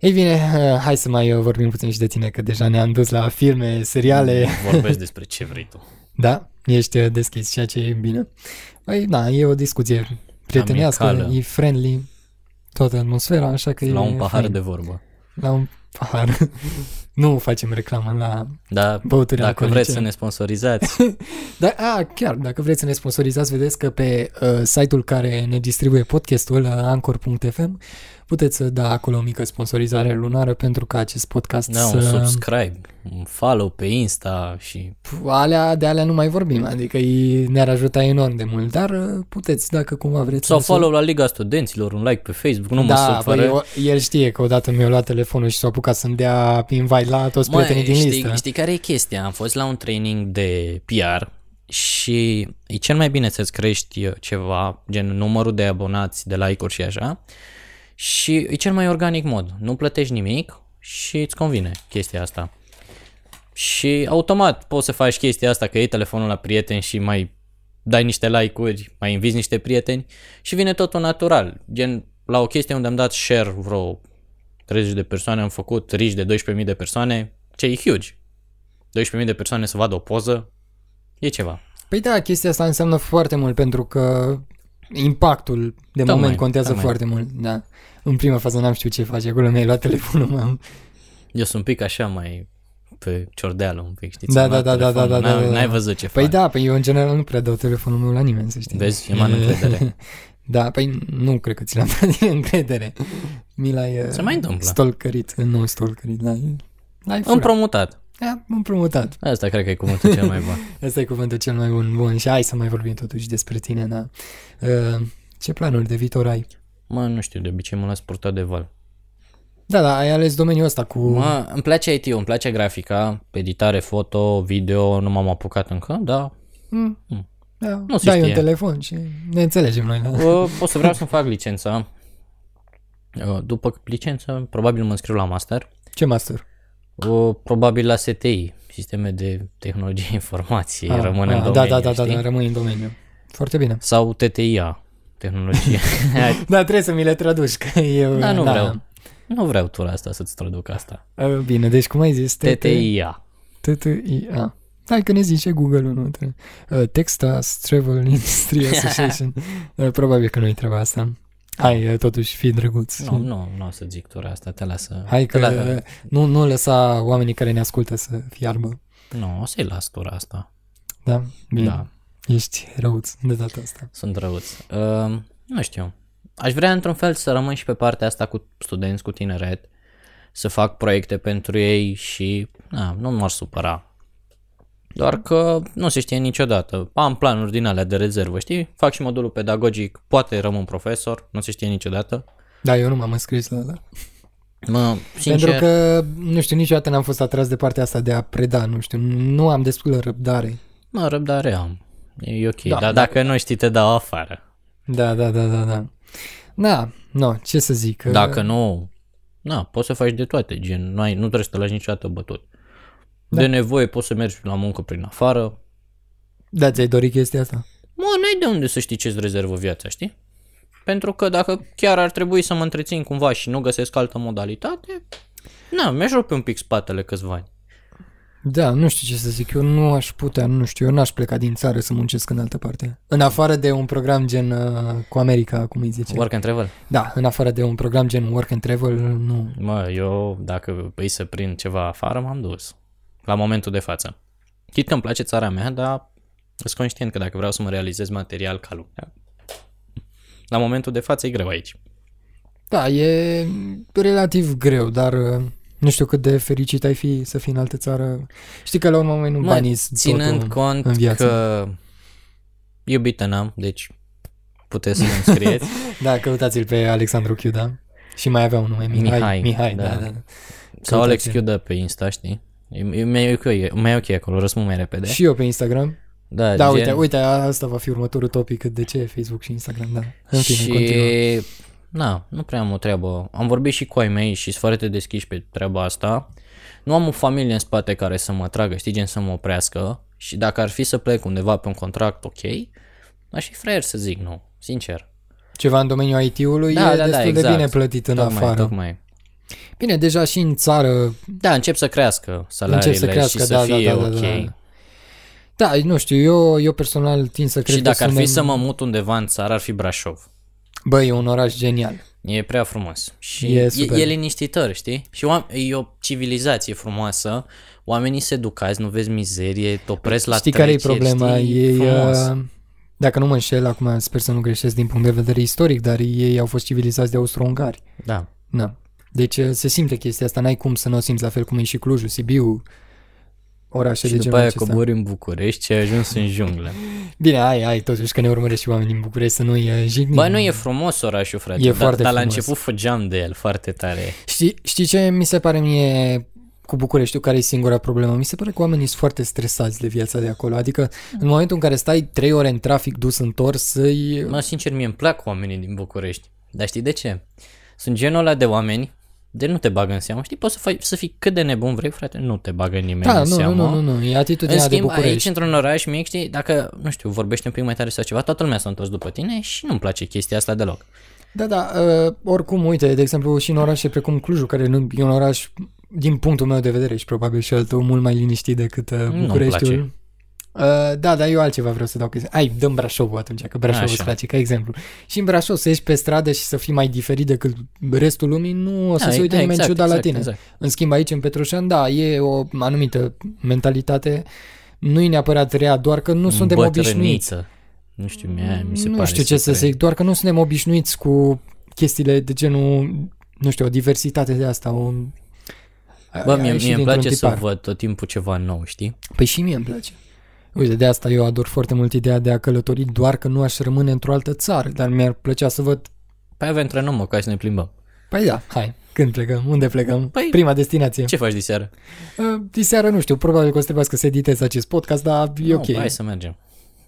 Ei bine, hai să mai uh, vorbim puțin și de tine, că deja ne-am dus la filme, seriale, Vorbesc despre ce vrei tu. da, ești deschis, ceea ce e bine. Păi, da, e o discuție prietenească, Amicală. e friendly, toată atmosfera, așa că La e un pahar fain. de vorbă. La un pahar. (laughs) nu facem reclamă la... Da, Băuturi dacă alcoolice. vreți să ne sponsorizați, Dar, a, chiar, dacă vreți să ne sponsorizați, vedeți că pe uh, site-ul care ne distribuie podcastul, uh, anchor.fm, puteți să da acolo o mică sponsorizare lunară pentru ca acest podcast da, un să... subscribe, un follow pe Insta și Pf, Alea, de alea nu mai Mm. vorbim, adică ei ne-ar ajuta enorm de mult, dar uh, puteți, dacă cumva vreți sau ne sun- follow la Liga Studenților, un like pe Facebook, nu mă Da, supără. păi, eu, el știe că odată mi-a luat telefonul și s-a apucat să-mi dea invite la toți Măi, prietenii din listă. știi, știi care e chestia? Am fost la un training de PR și e cel mai bine să-ți crești uh, ceva, gen numărul de abonați, de like-uri și așa, și e cel mai organic mod. Nu plătești nimic și îți convine chestia asta. Și automat poți să faci chestia asta, că iei telefonul la prieteni și mai dai niște like-uri, mai invizi niște prieteni și vine totul natural. Gen, la o chestie unde am dat share vreo 30 de persoane, am făcut riși de 12.000 de persoane, ce e huge. 12.000 de persoane să vadă o poză, e ceva. Păi da, chestia asta înseamnă foarte mult pentru că impactul de Tocmai, moment contează tocmai. foarte mult, da. În prima fază n-am știut ce faci, acolo mi-ai luat telefonul meu. Păi Eu sunt un pic așa mai pe ciordeală un pic, știți? Da, Am da, luat da, da, telefonul, da, da, n-am- da, da. N-ai văzut ce Păi fac. da, păi eu în general nu prea dau telefonul meu la nimeni, să știi. Vezi, eman încredere. (laughs) Da, păi nu cred că ți l-am (laughs) dat din încredere. Mi l-ai uh, Se mai întâmplă. stalkerit, nu stalkerit, l-ai, da, l-ai furat. Împromutat. Da, împrumutat. Asta cred că e cuvântul cel mai bun. (laughs) Asta e cuvântul cel mai bun. Bun, și hai să mai vorbim totuși despre tine, da. Uh, ce planuri de viitor ai? Mă, nu știu, de obicei mă las purtat de val. Da, da, ai ales domeniul ăsta cu... Mă, îmi place it îmi place grafica, editare, foto, video, nu m-am apucat încă, da. Mm. Da, Nu se dai un știe. telefon și ne înțelegem noi. Da? Uh, O să vreau să-mi fac licența. Uh, După licență, probabil mă înscriu la master. Ce master? Uh, Probabil la STI, Sisteme de Tehnologie (laughs) Informației, Ah, rămân ah, în domeniu, da, da, da, da, știi? da, rămâi în domeniu. Foarte bine. Sau TTIA, (laughs) Tehnologie. (laughs) Da, trebuie să mi le traduci, că eu... da, nu vreau. Nu vreau tura asta să-ți traduc asta. vreau. Bine, deci cum ai zis? TTIA. TTIA. Hai că ne zice Google-ul, nu trebuie. Uh, Texas Travel (laughs) Industry Association. Uh, Probabil că nu-i treaba asta. Hai, uh, totuși, fii drăguț. (laughs) Nu, Da, nu, nu o să zic tura asta, te lasă. Hai că te lasă. uh, nu, nu lăsa oamenii care ne ascultă să fie arbă. Nu, o să-i las tura asta. Da? Bine. Da, Ești răuț de data asta. sunt răuți. Uh, nu știu. Aș vrea într-un fel să rămân și pe partea asta cu studenți, cu tineret, să fac proiecte pentru ei și na, nu m-ar supăra. Doar că nu se știe niciodată. Am planuri din alea de rezervă, știi? Fac și modulul pedagogic, poate rămân profesor, nu se știe niciodată. Da, eu nu m-am înscris la la. Mă, sincer, Pentru că, nu știu, niciodată n-am fost atras de partea asta de a preda, nu știu, nu am destulă răbdare. Mă, răbdare am. E ok, Da, da, dar dacă nu știi, te dau afară. Da, da, da, da, da. Da, no, ce să zic. uh, Dacă nu, na, poți să faci de toate, gen, nu, ai, nu trebuie să te lași niciodată bătut. Da. De nevoie poți să mergi la muncă prin afară. Da, ți-ai dorit chestia asta? Mă, n-ai de unde să știi ce-ți rezervă viața, știi? Pentru că dacă chiar ar trebui să mă întrețin cumva și nu găsesc altă modalitate, na, mi-aș rupe un pic spatele câțiva ani. Da, nu știu ce să zic, eu nu aș putea, nu știu, eu n-aș pleca din țară să muncesc în altă parte. În afară de un program gen uh, cu America, cum îi zice. Work and travel. Da, în afară de un program gen work and travel, nu. Mă, eu dacă îi să prind ceva afară, m-am dus. La momentul de față. Chit că îmi place țara mea, dar sunt conștient că dacă vreau să mă realizez material ca lumea, la momentul de față e greu aici. Da, e relativ greu, dar uh, nu știu cât de fericit ai fi să fii în altă țară. Știi că la un moment nu Mă, banii sunt ținând totul cont în viață. că iubită n-am, deci puteți (laughs) să-mi scrieți. Da, căutați-l pe Alexandru Chiu, da? Și mai avea un nume, Mihai. Mihai, Mihai da, da. da. da. Sau Alex Căutați-l. Chiudă pe Insta, știi? E, e, mai ok, e mai ok acolo, răspund mai repede. Și eu pe Instagram. Da, Da, gen- uite, uite, asta va fi următorul topic, de ce Facebook și Instagram, da. În fine, și... continuă. Na, nu prea am o treabă. Am vorbit și cu ai mei și sunt foarte deschiși pe treaba asta. Nu am o familie în spate care să mă tragă, știi, gen să mă oprească. Și dacă ar fi să plec undeva pe un contract, ok, aș fi fraier să zic nu, sincer. Ceva în domeniul IT-ului Da, e da, da, destul de exact. bine plătit în tocmai, afară. Tocmai. Bine, deja și în țară, Da, încep să crească salariile încep să crească, și să da, fie da, da, da, ok. da, da. da, nu știu, eu, eu personal tind să cred Și că dacă ar fi suntem- să mă mut undeva în țară, ar fi Brașov. Bă, e un oraș genial. E prea frumos. Și E e, super. e, e liniștitor, știi? Și oam- e o civilizație frumoasă. Oamenii se educați, nu vezi mizerie, te opresc la știi care e treceri, problema? Știi? Ei, frumos. uh, dacă nu mă înșel, acum sper să nu greșesc din punct de vedere istoric, dar ei au fost civilizați de austro-ungari. Da. Na. Deci uh, se simte chestia asta, n-ai cum să nu o simți la fel cum e și Clujul, Sibiu, orașe Și de după genul aia acesta. cobori în București și ai ajuns în junglă. Bine, ai, ai, totuși că ne urmăresc și oamenii din București să nu-i uh, jignim. Bă, nu e frumos orașul, frate. E dar, foarte Dar la frumos. început fugeam de el foarte tare. Știi, știi ce mi se pare mie cu Bucureștiul, care e singura problemă? Mi se pare că oamenii sunt foarte stresați de viața de acolo. Adică, în momentul în care stai 3 ore în trafic dus întors, îi... Mă, sincer, mie îmi plac oamenii din București. Dar știi de ce? Sunt genul ăla de oameni de nu te bagă în seamă. Știi, poți să, faci, să fii cât de nebun vrei, frate, nu te bagă nimeni Da, în nu, nu, seamă. nu, nu, nu, e În atitudinea de schimb, București. aici, într-un oraș mic, știi, dacă, nu știu, vorbești un pic mai tare sau ceva, toată lumea s-a întors după tine și nu-mi place chestia asta deloc. Da, da, uh, oricum, uite, de exemplu, și în orașe precum Clujul, care nu, e un oraș, din punctul meu de vedere și probabil și al tău, mult mai liniștit decât uh, Nu-mi Bucureștiul. place. Uh, da, dar eu altceva vreau să dau chestia. Ai, dăm Brașovul atunci, că Brașovul Așa. îți place, ca exemplu. Și în Brașov să ieși pe stradă și să fii mai diferit decât restul lumii, nu o să Da, se e- uite da, nimeni exact, ciudat la exact, tine. exact. În schimb, aici, în Petroșan, da, e o anumită mentalitate, nu e neapărat rea, doar că nu suntem obișnuiți Bătrâniță. Nu știu, mie, mi se nu pare știu ce să super. zic, doar că nu suntem obișnuiți cu chestiile de genul, nu știu, o diversitate de asta, o... Bă, a- mie, a ieșit mie dintr-un îmi place să tipar. văd tot timpul ceva nou, știi? Păi și mie îmi place. Uite, de asta eu ador foarte mult ideea de a călători, doar că nu aș rămâne într-o altă țară, dar mi-ar plăcea să văd... Păi avem trenul, mă, ca să ne plimbăm. Păi da, hai. Când plecăm? Unde plecăm? Păi- Prima destinație. Ce faci diseară? Uh, Diseară nu știu, probabil că o să trebuiască să editez acest podcast, dar e ok. Nu, hai să mergem.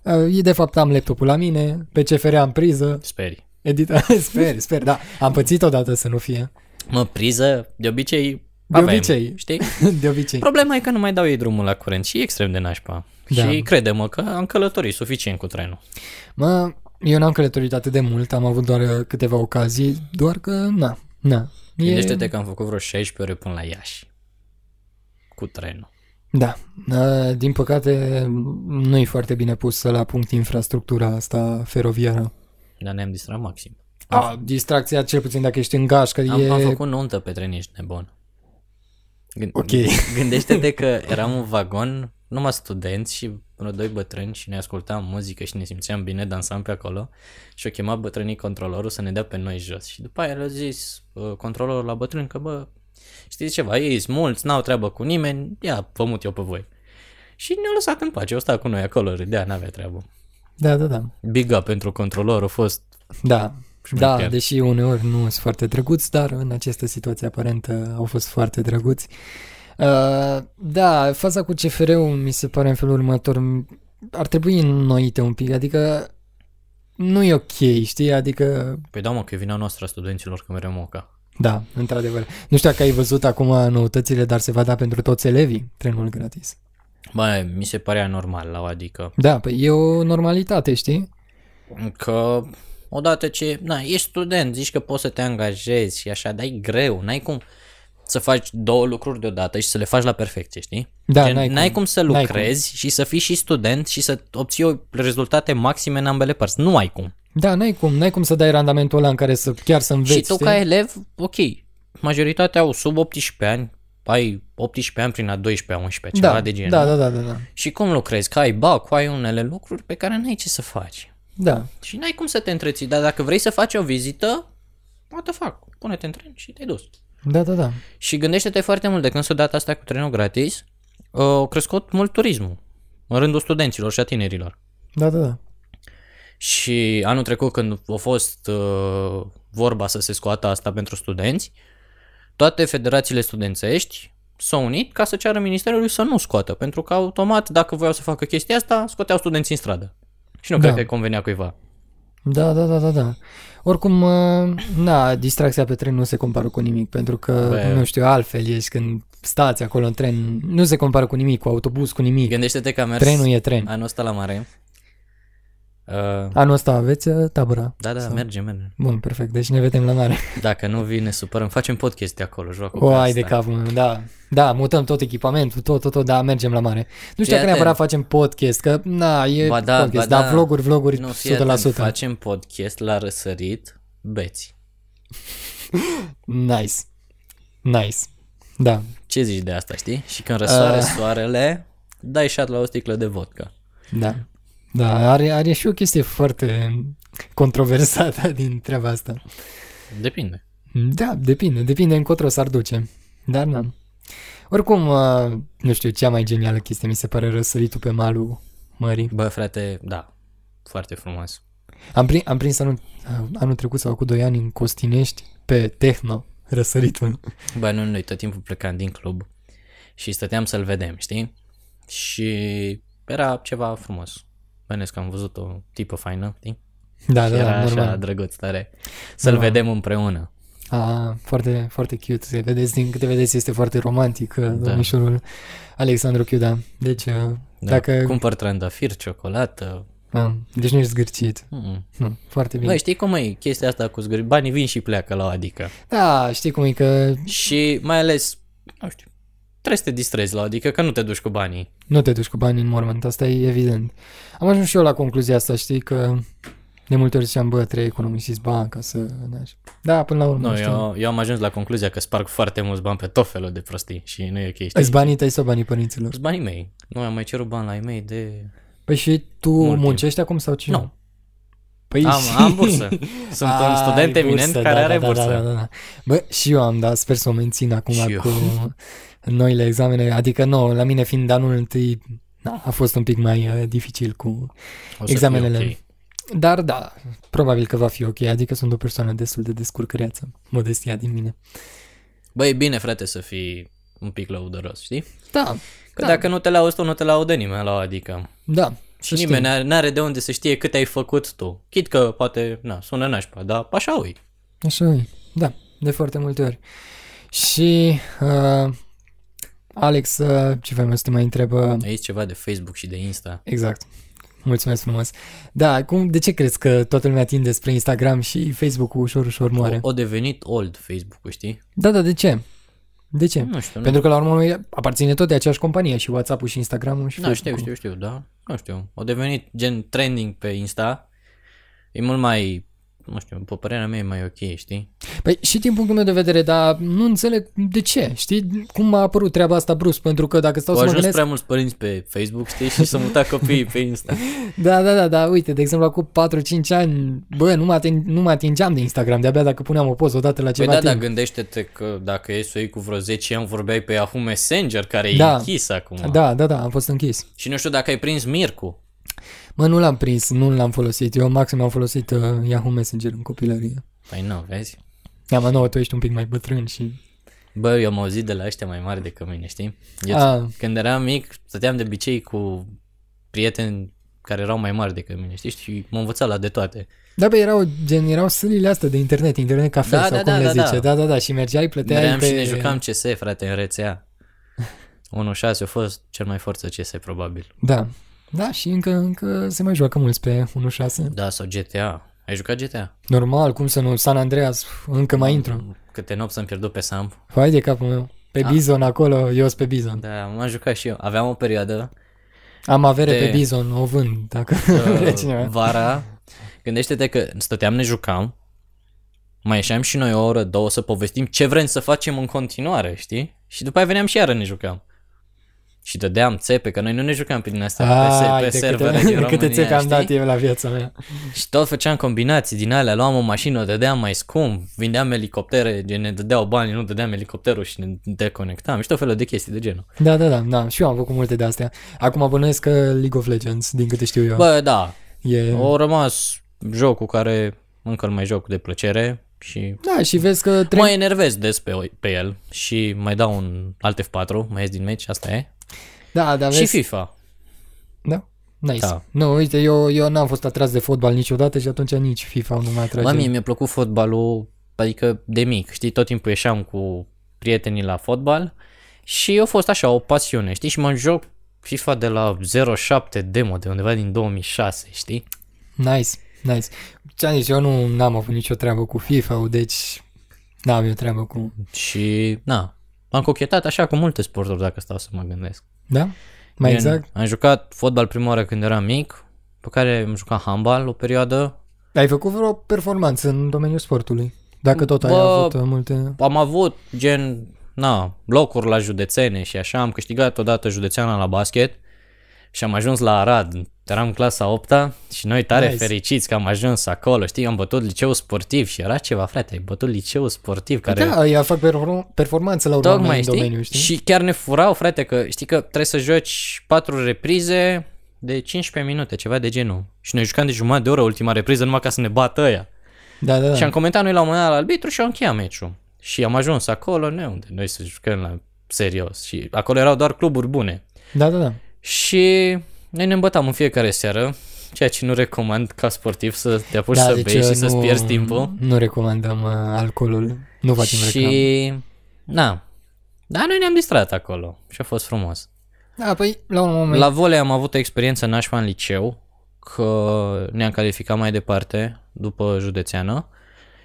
Uh, e de fapt am laptopul la mine, pe CFR am priză, Speri. edita, (laughs) sper, sper, da, am pățit odată să nu fie, Mă, priză, de obicei... De aveam, obicei. Știi? (laughs) de obicei. Problema e că nu mai dau ei drumul la curent și e extrem de nașpa. Da. Și crede-mă că am călătorit suficient cu trenul. Mă, eu n-am călătorit atât de mult, am avut doar uh, câteva ocazii, doar că, na, na. E- Gândește-te că am făcut vreo 16 ore până la Iași. Cu trenul. Da, Uh, din păcate nu e foarte bine pusă la punct infrastructura asta feroviară. Dar ne-am distrat maxim. Am, A, distracția, cel puțin dacă ești în gașcă, am, e... am făcut nuntă pe tren, ești nebun. Gând- Ok. (laughs) Gândește-te că eram un vagon, numai studenți și vreo doi bătrâni și ne ascultam muzică și ne simțeam bine, dansam pe acolo și o chema bătrânii controlorul să ne dea pe noi jos. Și după aia le-a zis uh, controlorul la bătrân că bă, știți ceva, ei sunt mulți, n-au treabă cu nimeni, ia vă mut eu pe voi. Și ne-au lăsat în pace, o sta cu noi acolo, râdea, n-avea treabă. Da, da, da. Big up pentru controlor, a fost... Da, mai da pierd. deși uneori nu sunt foarte drăguți, dar în această situație aparent uh, au fost foarte drăguți. Uh, da, faza cu CFR-ul mi se pare în felul următor, m- ar trebui înnoite un pic, adică nu e ok, știi, adică Păi da, mă, că e vina noastră a studenților că mereu moca. da, într-adevăr. Nu știu dacă ai văzut acum noutățile, dar se va da pentru toți elevii trenul gratis. Bă, mi se părea normal la o adică Da, păi e o normalitate, știi? că odată ce, na, ești student, zici că poți să te angajezi și așa, dar e greu, n-ai cum să faci două lucruri deodată și să le faci la perfecție, știi? Da, Gen, n-ai cum. cum. să N-ai lucrezi și să fii și student și să obții o rezultate maxime în ambele părți. Nu ai cum. Da, n-ai cum, n-ai cum să dai randamentul ăla în care să chiar să înveți, și tu știi? ca elev, ok, majoritatea au sub 18 ani, ai 18 ani prin a 12 11 ceva da, de genul. da, da, da, da, da, Și cum lucrezi? Că ai bac, ai unele lucruri pe care n-ai ce să faci. da. Și n-ai cum să te întreții, dar dacă vrei să faci o vizită, what the fuck, pune-te în tren și te-ai dus. Da, da, da. Și gândește-te foarte mult, de când s-a dat asta cu trenul gratis, uh, a crescut mult turismul în rândul studenților și a tinerilor. Da, da, da. Și anul trecut când a fost uh, vorba să se scoată asta pentru studenți, toate federațiile studențești s-au unit ca să ceară ministerului să nu scoată, pentru că automat dacă voiau să facă chestia asta, scoteau studenții în stradă. Și nu Da. cred că convenea cuiva. Da, da, da, da, da. Oricum, uh, na, distracția pe tren nu se compară cu nimic, pentru că, Bă. Bă. nu știu, altfel ești când stați acolo în tren, nu se compară cu nimic, cu autobuz, cu nimic. Gândește-te că a mers Trenul e tren. anul ăsta la mare. Uh, Anul ăsta aveți uh, tabăra. da, da, merge, merge. Bun, perfect, deci ne vedem la mare. Dacă nu vii, ne supărăm. Facem podcast de acolo, joc cu O, ai de capul meu, da. Da, mutăm tot echipamentul, tot, tot, tot, da, mergem la mare. Nu știu Fii dacă neapărat atent. facem podcast, că, na, e Ba da, podcast, ba da. dar vloguri, vloguri, Nu, fii 100%. atent, facem podcast la răsărit, beți. Nice. Nice. Da, Ce zici de asta, știi? Și când răsoare Uh. uh. soarele, dai shot la o sticlă de vodka. Da. Da, are, are și o chestie foarte controversată (laughs) din treaba asta. Depinde. Da, depinde, depinde încotro s-ar duce. Dar na. Oricum, uh, nu știu, cea mai genială chestie mi se pare răsăritul pe malul mării. Bă, frate, da, foarte frumos. Am, prin, am prins anul, uh, anul trecut sau cu 2 ani în Costinești pe Tehno (laughs) răsăritul. Bă, nu, noi tot timpul plecam din club și stăteam să-l vedem, știi? Și era ceva frumos. Bănesc că am văzut o tipă faină, știi? Da, Da, da, era da, așa normal. drăguț, tare. Să-l Normal. vedem împreună. A, foarte, foarte cute. Se vedeți, din câte vedeți, este foarte romantic da. domnișorul Alexandru Chiuda. Deci, uh, Da. dacă... Cumpăr trandafir, ciocolată. Ah, deci nu ești zgârcit. Mm. Nu, foarte bine. Bă, știi cum e chestia asta cu zgâri? Banii vin și pleacă la o adică. Da, știi cum e că Și mai ales, nu știu, trebuie să te distrezi la o adică că nu te duci cu banii. nu te duci cu banii în mormânt, asta e evident. Am ajuns și eu la concluzia asta, știi, că de multe ori ziceam, bă, trebuie economisiți bani ca să... ne așa. Da, până la urmă, Nu, știu. eu, eu am ajuns la concluzia că sparg foarte mulți bani pe tot felul de prostii și nu e ok, știi? Îți banii tăi sau banii părinților? Sunt banii mei. Nu am mai cerut bani la ei mei de... Păi și tu Mult timp. muncești acum sau ce? Nu. Păi Am, și... am (laughs) bursă. Sunt un Ai student eminent bursă, care da, are da, bursă. Da, da, da, da. Bă, și eu am, dar sper să o mențin acum Și eu. cu (laughs) noile examene. Adică, nu, la mine fiind anul întâi, da, a fost un pic mai uh, eh, dificil cu O să fie examenele. ok. Dar da, probabil că va fi ok, adică sunt o persoană destul de descurcăreață, modestia din mine. Băi, e bine, frate, să fii un pic lăudăros, știi? Da, Că Da. dacă nu te lauzi tu, nu te laudă nimeni la adică. da. Și nimeni n-are- n-are de unde să știe cât ai făcut tu. Chit că poate, na, sună nașpa, dar așa ui. Așa e, da, de foarte multe ori. Și uh, Alex, uh, ce vrei mă să te mai întrebă? Aici ceva de Facebook și de Insta. Exact. Mulțumesc frumos. Da, cum, de ce crezi că toată lumea tinde spre Instagram și Facebook-ul ușor, ușor O, moare? o devenit old Facebook-ul, știi? Da, da, de ce? De ce? Nu știu, nu. Pentru că la urmă urmei, aparține tot de aceeași companie și WhatsApp-ul și Instagram-ul și Da, știu, Facebook-ul. știu, știu, da. Nu știu. Au devenit gen trending pe Insta. E mult mai, nu știu, după părerea mea e mai ok, știi? Păi și din punctul meu de vedere, dar nu înțeleg de ce, știi? Cum a apărut treaba asta brusc? Pentru că dacă stau Au să mă ajuns gândesc... prea mulți părinți pe Facebook, știi, și s-au mutat copiii pe (laughs) Insta. Da, da, da, da, uite, de exemplu, acum 4-5 ani, bă, nu mă, ating, nu mă atingeam de Instagram, de-abia dacă puneam o poză odată la Păi ceva da, dar timp. gândește-te că dacă e să o iei cu vreo 10 ani, vorbeai pe Yahoo Messenger, care Da. e închis acum. da, da, da, am fost închis. Și nu știu dacă ai prins Mircu. Mă, nu l-am prins, nu l-am folosit, eu maxim am folosit uh, Yahoo Messenger în copilărie. Păi nu, vezi? Da, mă, nouă, tu ești un pic mai bătrân și... Bă, eu am auzit de la ăștia mai mari decât mine, știi? Eu, Ah. Când eram mic, stăteam de obicei cu prieteni care erau mai mari decât mine, știi? Și m-am învățat la de toate. Da, bă, erau, gen, erau sălile astea de internet, internet cafe Da, sau da, cum da, le da, da. zice. Da. da, da, și mergeai, plăteai Meream pe... pe... și ne jucam CS, frate, în rețea. (laughs) 1-6 a fost cel mai forță CS, probabil. Da. Da, și încă, încă se mai joacă mulți pe 1.6. Da, sau GTA. Ai jucat GTA? Normal, cum să nu, San Andreas, încă mai intru. Câte nopți am pierdut pe Sam. Hai de capul meu. Pe Bizon acolo, eu sunt pe Bizon. Da, m-am jucat și eu. Aveam o perioadă, Am avere Te- pe Bizon, o vând, (laughs) dacă (laughs) vrea uh, cineva. vara, gândește-te că stăteam, ne jucam, mai ieșeam și noi o oră, două să povestim ce vrem să facem în continuare, știi? Și după aia veneam și iară ne jucam. Și dădeam țepe, că noi nu ne jucam prin astea Da, pe, se- Ai, pe de (laughs) servere câte, din de România, câte țepe am știi? dat eu la viața mea. Și tot făceam combinații din alea, luam o mașină, o dădeam mai scump, vindeam elicoptere, gen, ne dădeau bani, nu dădeam elicopterul și ne deconectam și tot felul de chestii de genul. Da, da, da, da, și eu am făcut multe de astea. Acum bănuiesc că League of Legends, din câte știu eu, Bă, da, e... au rămas jocul care încă îl mai joc de plăcere și Da, și vezi că Tre- trec... mă enervez des pe, pe el și mai dau un alt F4, mai ies din meci, asta e. Da, da, Și vezi... FIFA. Da? Nice. Da. Nu, uite, eu, eu n-am fost atras de fotbal niciodată și atunci nici FIFA nu mă atrage. Mă, mie mi-a plăcut fotbalul, adică de mic, știi, tot timpul ieșeam cu prietenii la fotbal și a fost așa o pasiune, știi, și mă joc FIFA de la 07 demo, de undeva din 2006, știi? Nice, nice. Ce-am zis, eu nu n-am avut nicio treabă cu FIFA, deci n-am eu treabă cu... Și, na, am cochetat așa cu multe sporturi, dacă stau să mă gândesc. Da? Mai Gen, exact? Am jucat fotbal prima oară când eram mic, pe care am jucat handbal o perioadă, Ai făcut vreo performanță în domeniul sportului? Dacă tot ai Bă, avut uh, multe... am avut gen, na, locuri la județene și așa, am câștigat odată județeana la basket și am ajuns la Arad. Eram în clasa 8 și noi tare Nice. nice. fericiți că am ajuns acolo, știi, am bătut liceul sportiv și era ceva, frate, ai bătut liceul sportiv care... Da, ea fac perfor- performanță la urmă Tocmai, în știi? domeniu, știi? Și chiar ne furau, frate, că știi că trebuie să joci patru reprize de 15 minute, ceva de genul. Și noi jucam de jumătate de oră ultima repriză numai ca să ne bată ăia. Da, da, da. Și am comentat noi la un moment dat la arbitru și am încheiat meciul. Și am ajuns acolo, ne unde noi să jucăm la serios. Și acolo erau doar cluburi bune. da, da, da. Și noi ne îmbătam în fiecare seară, ceea ce nu recomand ca sportiv să te apuci da, să deci bei și eu să-ți nu- pierzi timpul. Nu recomandăm uh, alcoolul, nu facem reclamă. Și... Na. Dar noi ne-am distrat acolo și a fost frumos. Da, păi, la un moment... La volei am avut o experiență nașpa în liceu, că ne-am calificat mai departe după județeană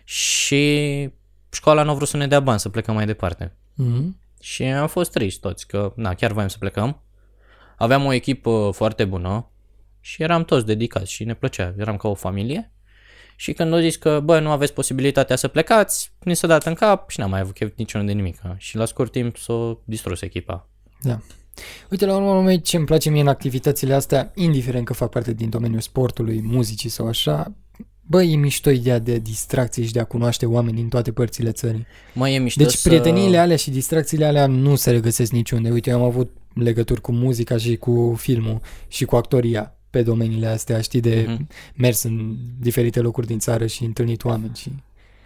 și școala nu a vrut să ne dea bani să plecăm mai departe. Mhm. Și am fost triști toți, că na, chiar voiam să plecăm. Aveam o echipă foarte bună și eram toți dedicați și ne plăcea, eram ca o familie. Și când au zis că, bă, nu aveți posibilitatea să plecați, ni s-a dat în cap și n-am mai avut chef niciunul de nimic. Și la scurt timp s-a distrus echipa. Da. Uite, la urmă, urmei, ce îmi place mie în activitățile astea, indiferent că fac parte din domeniul sportului, muzicii sau așa, bă, e mișto ideea de distracție și de a cunoaște oameni din toate părțile țării. Mai e mișto Deci să... prieteniile alea și distracțiile alea nu se regăsesc niciunde. Uite, eu am avut legături cu muzica și cu filmul și cu actoria. pe domeniile astea, știi, de Mhm. mers în diferite locuri din țară și întâlnit oameni și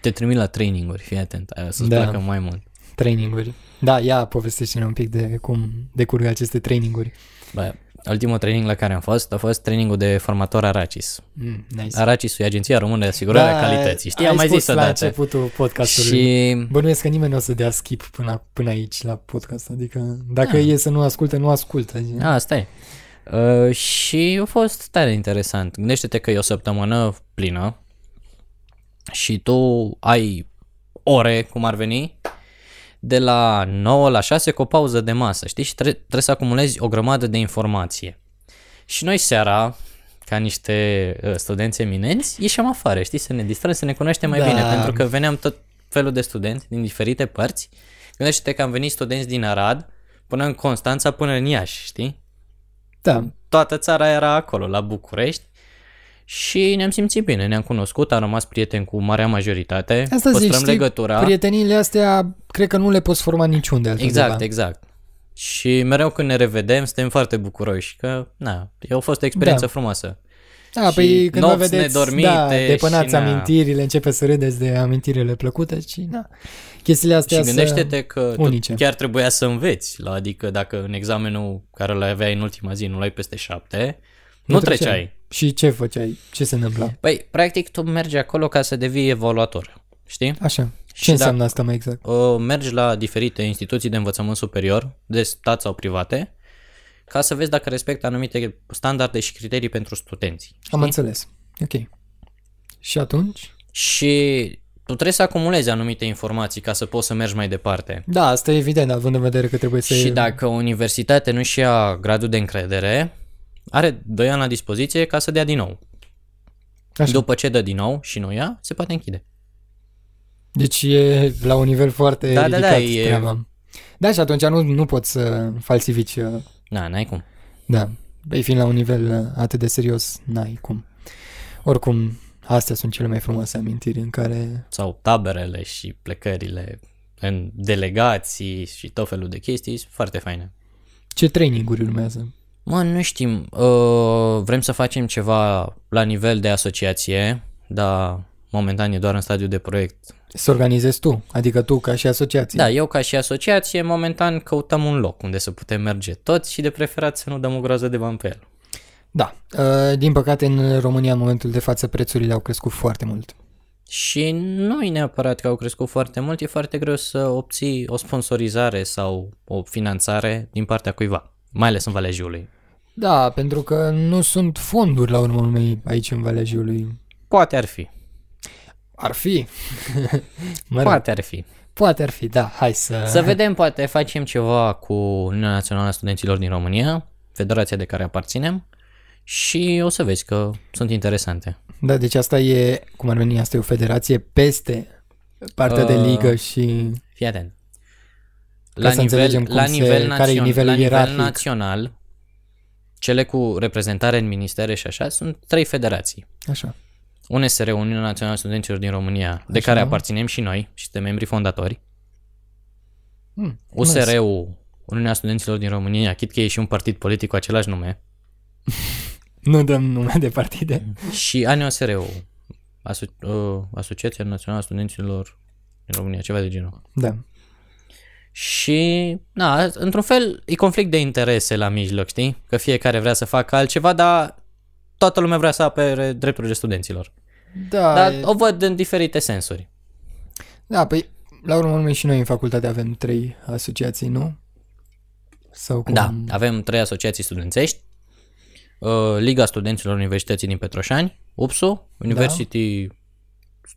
Te trimit la traininguri, fii atent, aia o să-ți Da. placă mai mult. traininguri. Da, ia povestește-ne un pic de cum decurg aceste traininguri. Bă, ultimul training la care am fost a fost trainingul de formator Aracis. Mm, nice. Aracisul e Agenția Română de Asigurare a Calității. Da, Știi, ai am mai spus zis la odată. începutul podcastului. Și... Și Bănuiesc că nimeni nu o să dea skip până, până aici la podcast, adică dacă Ah. e să nu asculte, nu ascultă. A, asta e. Uh, și a fost tare interesant. Gândește-te că e o săptămână plină și tu ai ore, cum ar veni, de la 9 la 6 cu o pauză de masă, știi? Și tre- trebuie să acumulezi o grămadă de informație. Și noi seara, ca niște uh, studenți eminenți, ieșeam afară, știi? Să ne distrăm, să ne cunoaștem mai Da. bine, pentru că veneam tot felul de studenți din diferite părți. Gândește-te că am venit studenți din Arad, până în Constanța, până în Iași, știi? Da, Toată țara era acolo, la București. Și ne-am simțit bine, ne-am cunoscut, am rămas prieteni cu marea majoritate, Asta zic, păstrăm știi, legătura. prieteniile astea cred că nu le poți forma niciunde altundeva. exact, exact. Și mereu când ne revedem, suntem foarte bucuroși că, na, a fost o experiență Da. frumoasă. Da, Și păi când vă nopți vedeți, nedormite da, depănați și na. amintirile, începe să râdeți de amintirile plăcute și na, chestiile astea Și să- gândește-te că unice. tu chiar trebuia să înveți, la, adică dacă în examenul care l aveai în ultima zi nu l-ai peste șapte, nu, treceai. Și ce făceai? Ce se întâmpla? Păi, practic, tu mergi acolo ca să devii evaluator, știi? Așa, ce Și înseamnă asta mai exact? Uh, mergi la diferite instituții de învățământ superior, de stat sau private, ca să vezi dacă respectă anumite standarde și criterii pentru studenți. Am știi? înțeles. Ok. Și atunci? Și tu trebuie să acumulezi anumite informații ca să poți să mergi mai departe. Da, asta e evident, având în vedere că trebuie să... Și da. dacă o universitate nu-și ia gradul de încredere, are 2 ani la dispoziție ca să dea din nou. Așa. După ce dă din nou și nu ia, se poate închide. Deci e la un nivel foarte Da, da, ridicat da, e- treaba. Da, și atunci nu, nu poți să falsifici. uh, Na, n-ai cum. Da, ei fiind la un nivel uh, atât de serios, n-ai cum. Oricum, astea sunt cele mai frumoase amintiri în care... Sau taberele și plecările în delegații și tot felul de chestii, sunt foarte faine. Ce traininguri urmează? Mă, nu știm. Uh, vrem să facem ceva la nivel de asociație, dar momentan e doar în stadiu de proiect. Să organizezi tu, adică tu ca și asociație. Da, eu ca și asociație, momentan căutăm un loc unde să putem merge toți și de preferat să nu dăm o groază de bani pe el. Da. Uh, Din păcate, în România, în momentul de față, prețurile au crescut foarte mult. Și nu e neapărat că au crescut foarte mult, e foarte greu să obții o sponsorizare sau o finanțare din partea cuiva, mai ales în Valea Jiului. Da, pentru că nu sunt fonduri, la urmă urmei, aici în Valea Jiului. Poate ar fi, Ar (laughs) fi. mă rog, poate ar fi. poate ar fi, da, hai să... Să vedem, poate facem ceva cu Uniunea Națională a Studenților din România, federația de care aparținem, și o să vezi că sunt interesante. Da, deci asta e, cum ar veni, asta e o federație peste partea de Uh, ligă și... Fii atent. Ca să înțelegem cum la se- nivel care e națion- nivelul la ierarhic. nivel național, cele cu reprezentare în ministere și așa, sunt trei federații. Așa. UNSR, Uniunea Națională a Studenților din România, de Așa. care aparținem și noi și suntem membri fondatori. Hmm, nice. USR-ul, Uniunea Studenților din România, chit că e și un partid politic cu același nume, Nu dăm nume de partide. (laughs) și ANOSR-ul, Aso- uh, Asociația Națională a Studenților din România, ceva de genul. Da. Și, na, într-un fel, e conflict de interese la mijloc, știi? Că fiecare vrea să facă altceva, dar toată lumea vrea să apere drepturile studenților. Da, Dar e- o văd în diferite sensuri. Da, păi, la urmă urmei și noi în facultate avem trei asociații, nu? Sau cum? Da, avem trei asociații studențești. uh, Liga Studenților Universității din Petroșani, UPSU, University Da.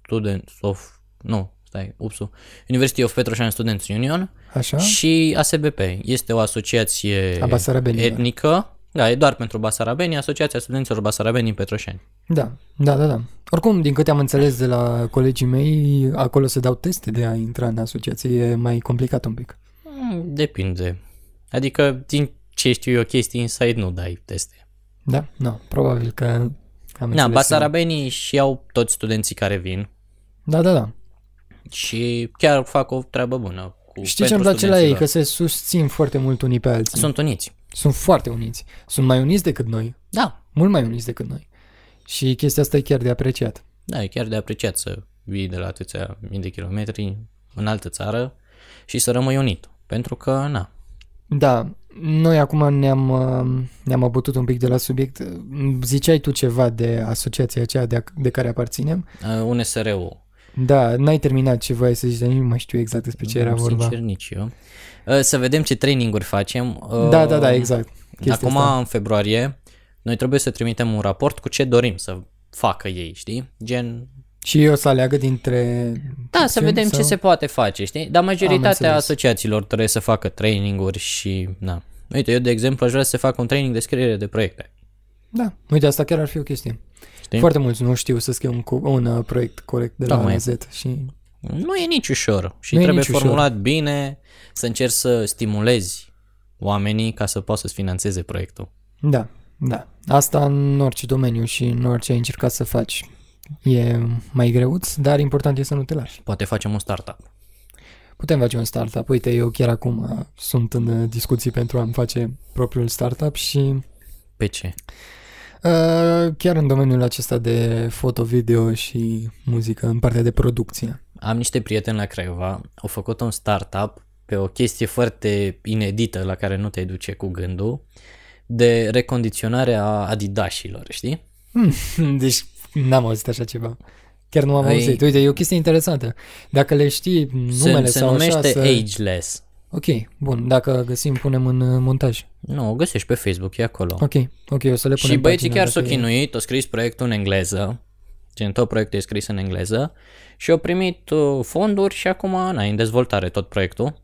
Students of... Nu, stai, UPSU. University of Petroșani Students Union Așa? și ASBP. Este o asociație Da. A basarabenilor. etnică. Da, e doar pentru basarabeni, Asociația Studenților Basarabeni din Petroșani. Da, da, da, da. Oricum, din câte am înțeles de la colegii mei, acolo se dau teste de a intra în asociație, e mai complicat un pic. Mm, Hmm, Depinde. Adică, din ce știu eu, chestii inside nu dai teste. Da? No, probabil că am Na, înțeles. basarabenii și au toți studenții care vin Da, da, da. și chiar fac o treabă bună. Cu, Știi ce îmi pentru place la ei? studenții Că se susțin foarte mult unii pe alții. lor. Sunt uniți. Sunt foarte uniți. Sunt mai uniți decât noi. Da. mult mai uniți decât noi. Și chestia asta e chiar de apreciat. Da, e chiar de apreciat să vii de la atâția mii de kilometri în altă țară și să rămâi unit. Pentru că, na, Da, noi acum ne-am, uh, ne-am abătut un pic de la subiect. Ziceai tu ceva de asociația aceea de, de care aparținem? uh, UNSR-ul Da, n-ai terminat ce voiai să zici, dar nici nu mai știu exact despre ce era vorba. Sincer, nici eu. Uh, Să vedem ce traininguri facem. Uh, Da, da, da, exact. Chestia Acum, asta. în februarie, noi trebuie să trimitem un raport cu ce dorim să facă ei, știi? Gen, Și eu să aleagă dintre... da, să vedem ce se poate face, știi? Dar majoritatea înțeles. asociațiilor trebuie să facă traininguri și, na. Uite, eu, de exemplu, aș vrea să fac un training de scriere de proiecte. Da, uite, asta chiar ar fi o chestie. Știi? Foarte mulți nu știu să scrie un, co- un uh, proiect corect de la Tocmai. A la Z și Nu e nici ușor și Nu e trebuie nici ușor. formulat bine să încerci să stimulezi oamenii ca să poată să-ți financeze proiectul. Da, da. Asta în orice domeniu și în orice ai încercat să faci. E mai greuț, dar important e să nu te lași. Poate facem un startup. Putem face un startup. Uite, eu chiar acum uh, sunt în uh, discuții pentru a-mi face propriul startup și Pe ce? uh, chiar în domeniul acesta de foto, video și muzică, în partea de producție. Am niște prieteni la Craiova, au făcut un startup pe o chestie foarte inedită la care nu te duce cu gândul, de recondiționare a adidașilor, știi? (laughs) Deci n-am auzit așa ceva. Chiar nu am Ei- auzit. Uite, e o chestie interesantă. Dacă le știi numele se, se sau numește așa, să... Ageless. Ok, bun. Dacă găsim, punem în uh, montaj. Nu, o găsești pe Facebook, e acolo. Ok, ok, o să le punem Și băieții pagina chiar s-au dacă e- chinuit, au scris proiectul în engleză, gen tot proiectul e scris în engleză și au primit uh, fonduri și acum na, e în dezvoltare tot proiectul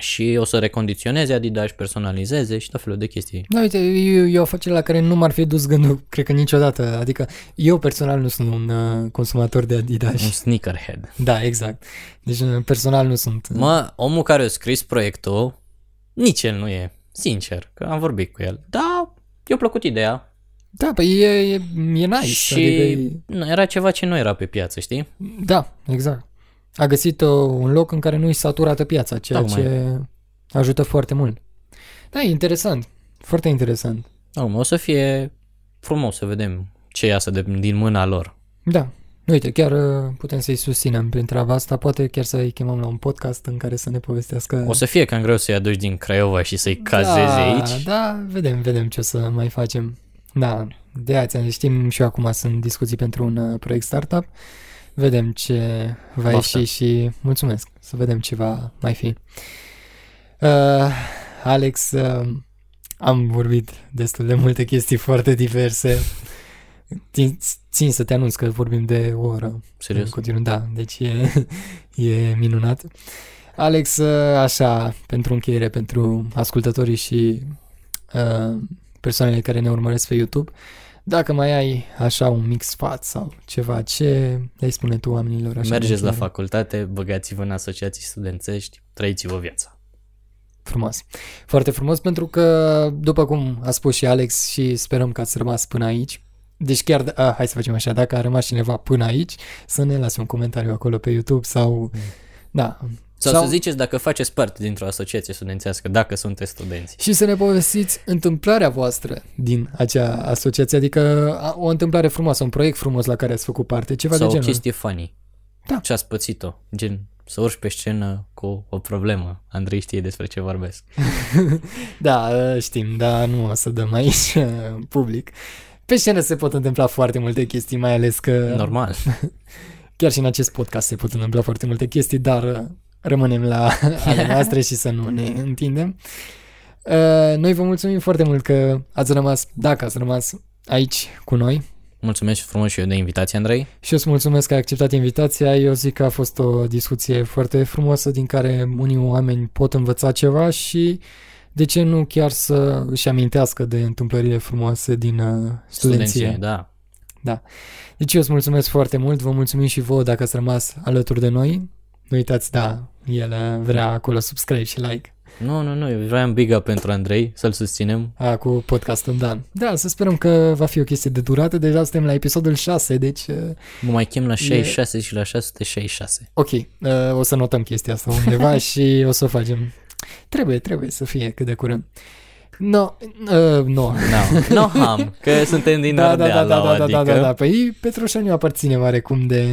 și o să recondiționeze Adidas, personalizeze și tot felul de chestii. Da, uite, e, e o afacere la care nu m-ar fi dus gândul, (laughs) cred că niciodată. Adică, eu personal nu sunt un uh, consumator de Adidas. Un sneakerhead. (laughs) Da, exact. Deci, uh, personal nu sunt. Mă, omul care a scris proiectul, nici el nu e, sincer, că am vorbit cu el. Da, i-a plăcut ideea Da, păi e, e, e nice. și Adică e, nu, era ceva ce nu era pe piață, știi? da, exact. A găsit uh, un loc în care nu-i saturată piața, ceea Tocmai. ce ajută foarte mult. Da, e interesant. Foarte interesant. Normal, o să fie frumos să vedem ce iasă de, din mâna lor. Da. Uite, chiar uh, putem să-i susținem prin treaba asta, poate chiar să-i chemăm la un podcast în care să ne povestească... O să fie cam greu să-i aduci din Craiova și să-i cazezi da, aici. Da, vedem, vedem ce o să mai facem. Da, de aia ți-am zis, știm și eu acum sunt discuții pentru un uh, proiect startup. Vedem ce va Baftă. ieși și mulțumesc. Să vedem ce va mai fi. Uh, Alex, uh, am vorbit destul de multe chestii foarte diverse. Țin, țin să te anunț că vorbim de o oră. Serios? În continuu, da, deci e, (laughs) e minunat. Alex, ă, așa, pentru încheiere, pentru ascultătorii și uh, persoanele care ne urmăresc pe YouTube, dacă mai ai așa un mic sfat sau ceva, ce le spune tu oamenilor? Așa Mergeți de la încheiere? facultate, băgați-vă în asociații studențești, trăiți-vă viața. Frumos. Foarte frumos pentru că, după cum a spus și Alex și sperăm că ați rămas până aici, deci chiar, d- a, hai să facem așa, dacă a rămas cineva până aici, să ne lase un comentariu acolo pe YouTube sau, da, Mm. Sau, Sau să ziceți dacă faceți parte dintr-o asociație studențească, dacă sunteți studenți. și să ne povestiți întâmplarea voastră din acea asociație, adică a- o întâmplare frumoasă, un proiect frumos la care ați făcut parte, ceva Sau de o genul. chestie funny. Da. Ce ați pățit-o? Gen, să urci pe scenă cu o problemă. Andrei știe despre ce vorbesc. Da, știm, dar nu o să dăm aici (laughs) în public. Pe scenă se pot întâmpla foarte multe chestii, mai ales că (laughs) Normal. chiar și în acest podcast se pot întâmpla foarte multe chestii, dar uh, rămânem (laughs) la ale noastre și să nu ne întindem. Uh, Noi vă mulțumim foarte mult că ați rămas, dacă ați rămas aici cu noi, Mulțumesc frumos și eu de invitație, Andrei. Și eu îți mulțumesc că ai acceptat invitația. Eu zic că a fost o discuție foarte frumoasă din care unii oameni pot învăța ceva și de ce nu chiar să își amintească de întâmplările frumoase din uh, studenție. Studenție, da. Deci eu îți mulțumesc foarte mult, vă mulțumim și vouă dacă ați rămas alături de noi. Nu uitați, da, el uh, vrea acolo subscribe și like Nu, nu, nu, eu vreau un big up pentru Andrei, să-l susținem. a, cu podcastul Dan. Da, să sperăm că va fi o chestie de durată. Deja suntem la episodul 6, deci uh, Mă mai chem la 66 și la (laughs) 666. Ok, uh, o să (laughs) notăm chestia asta undeva și o să o facem. Trebuie, trebuie să fie cât de curând. No, uh, no. Da. No, no ham, că suntem din Da, da, da, Ardeala, da, da, da, adică... da, da, da. Păi Petroșaniu aparține oarecum de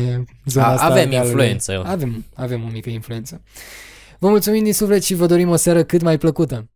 zona A- asta. avem Ardealului. influență. Avem, avem o mică influență. Vă mulțumim din suflet și vă dorim o seară cât mai plăcută.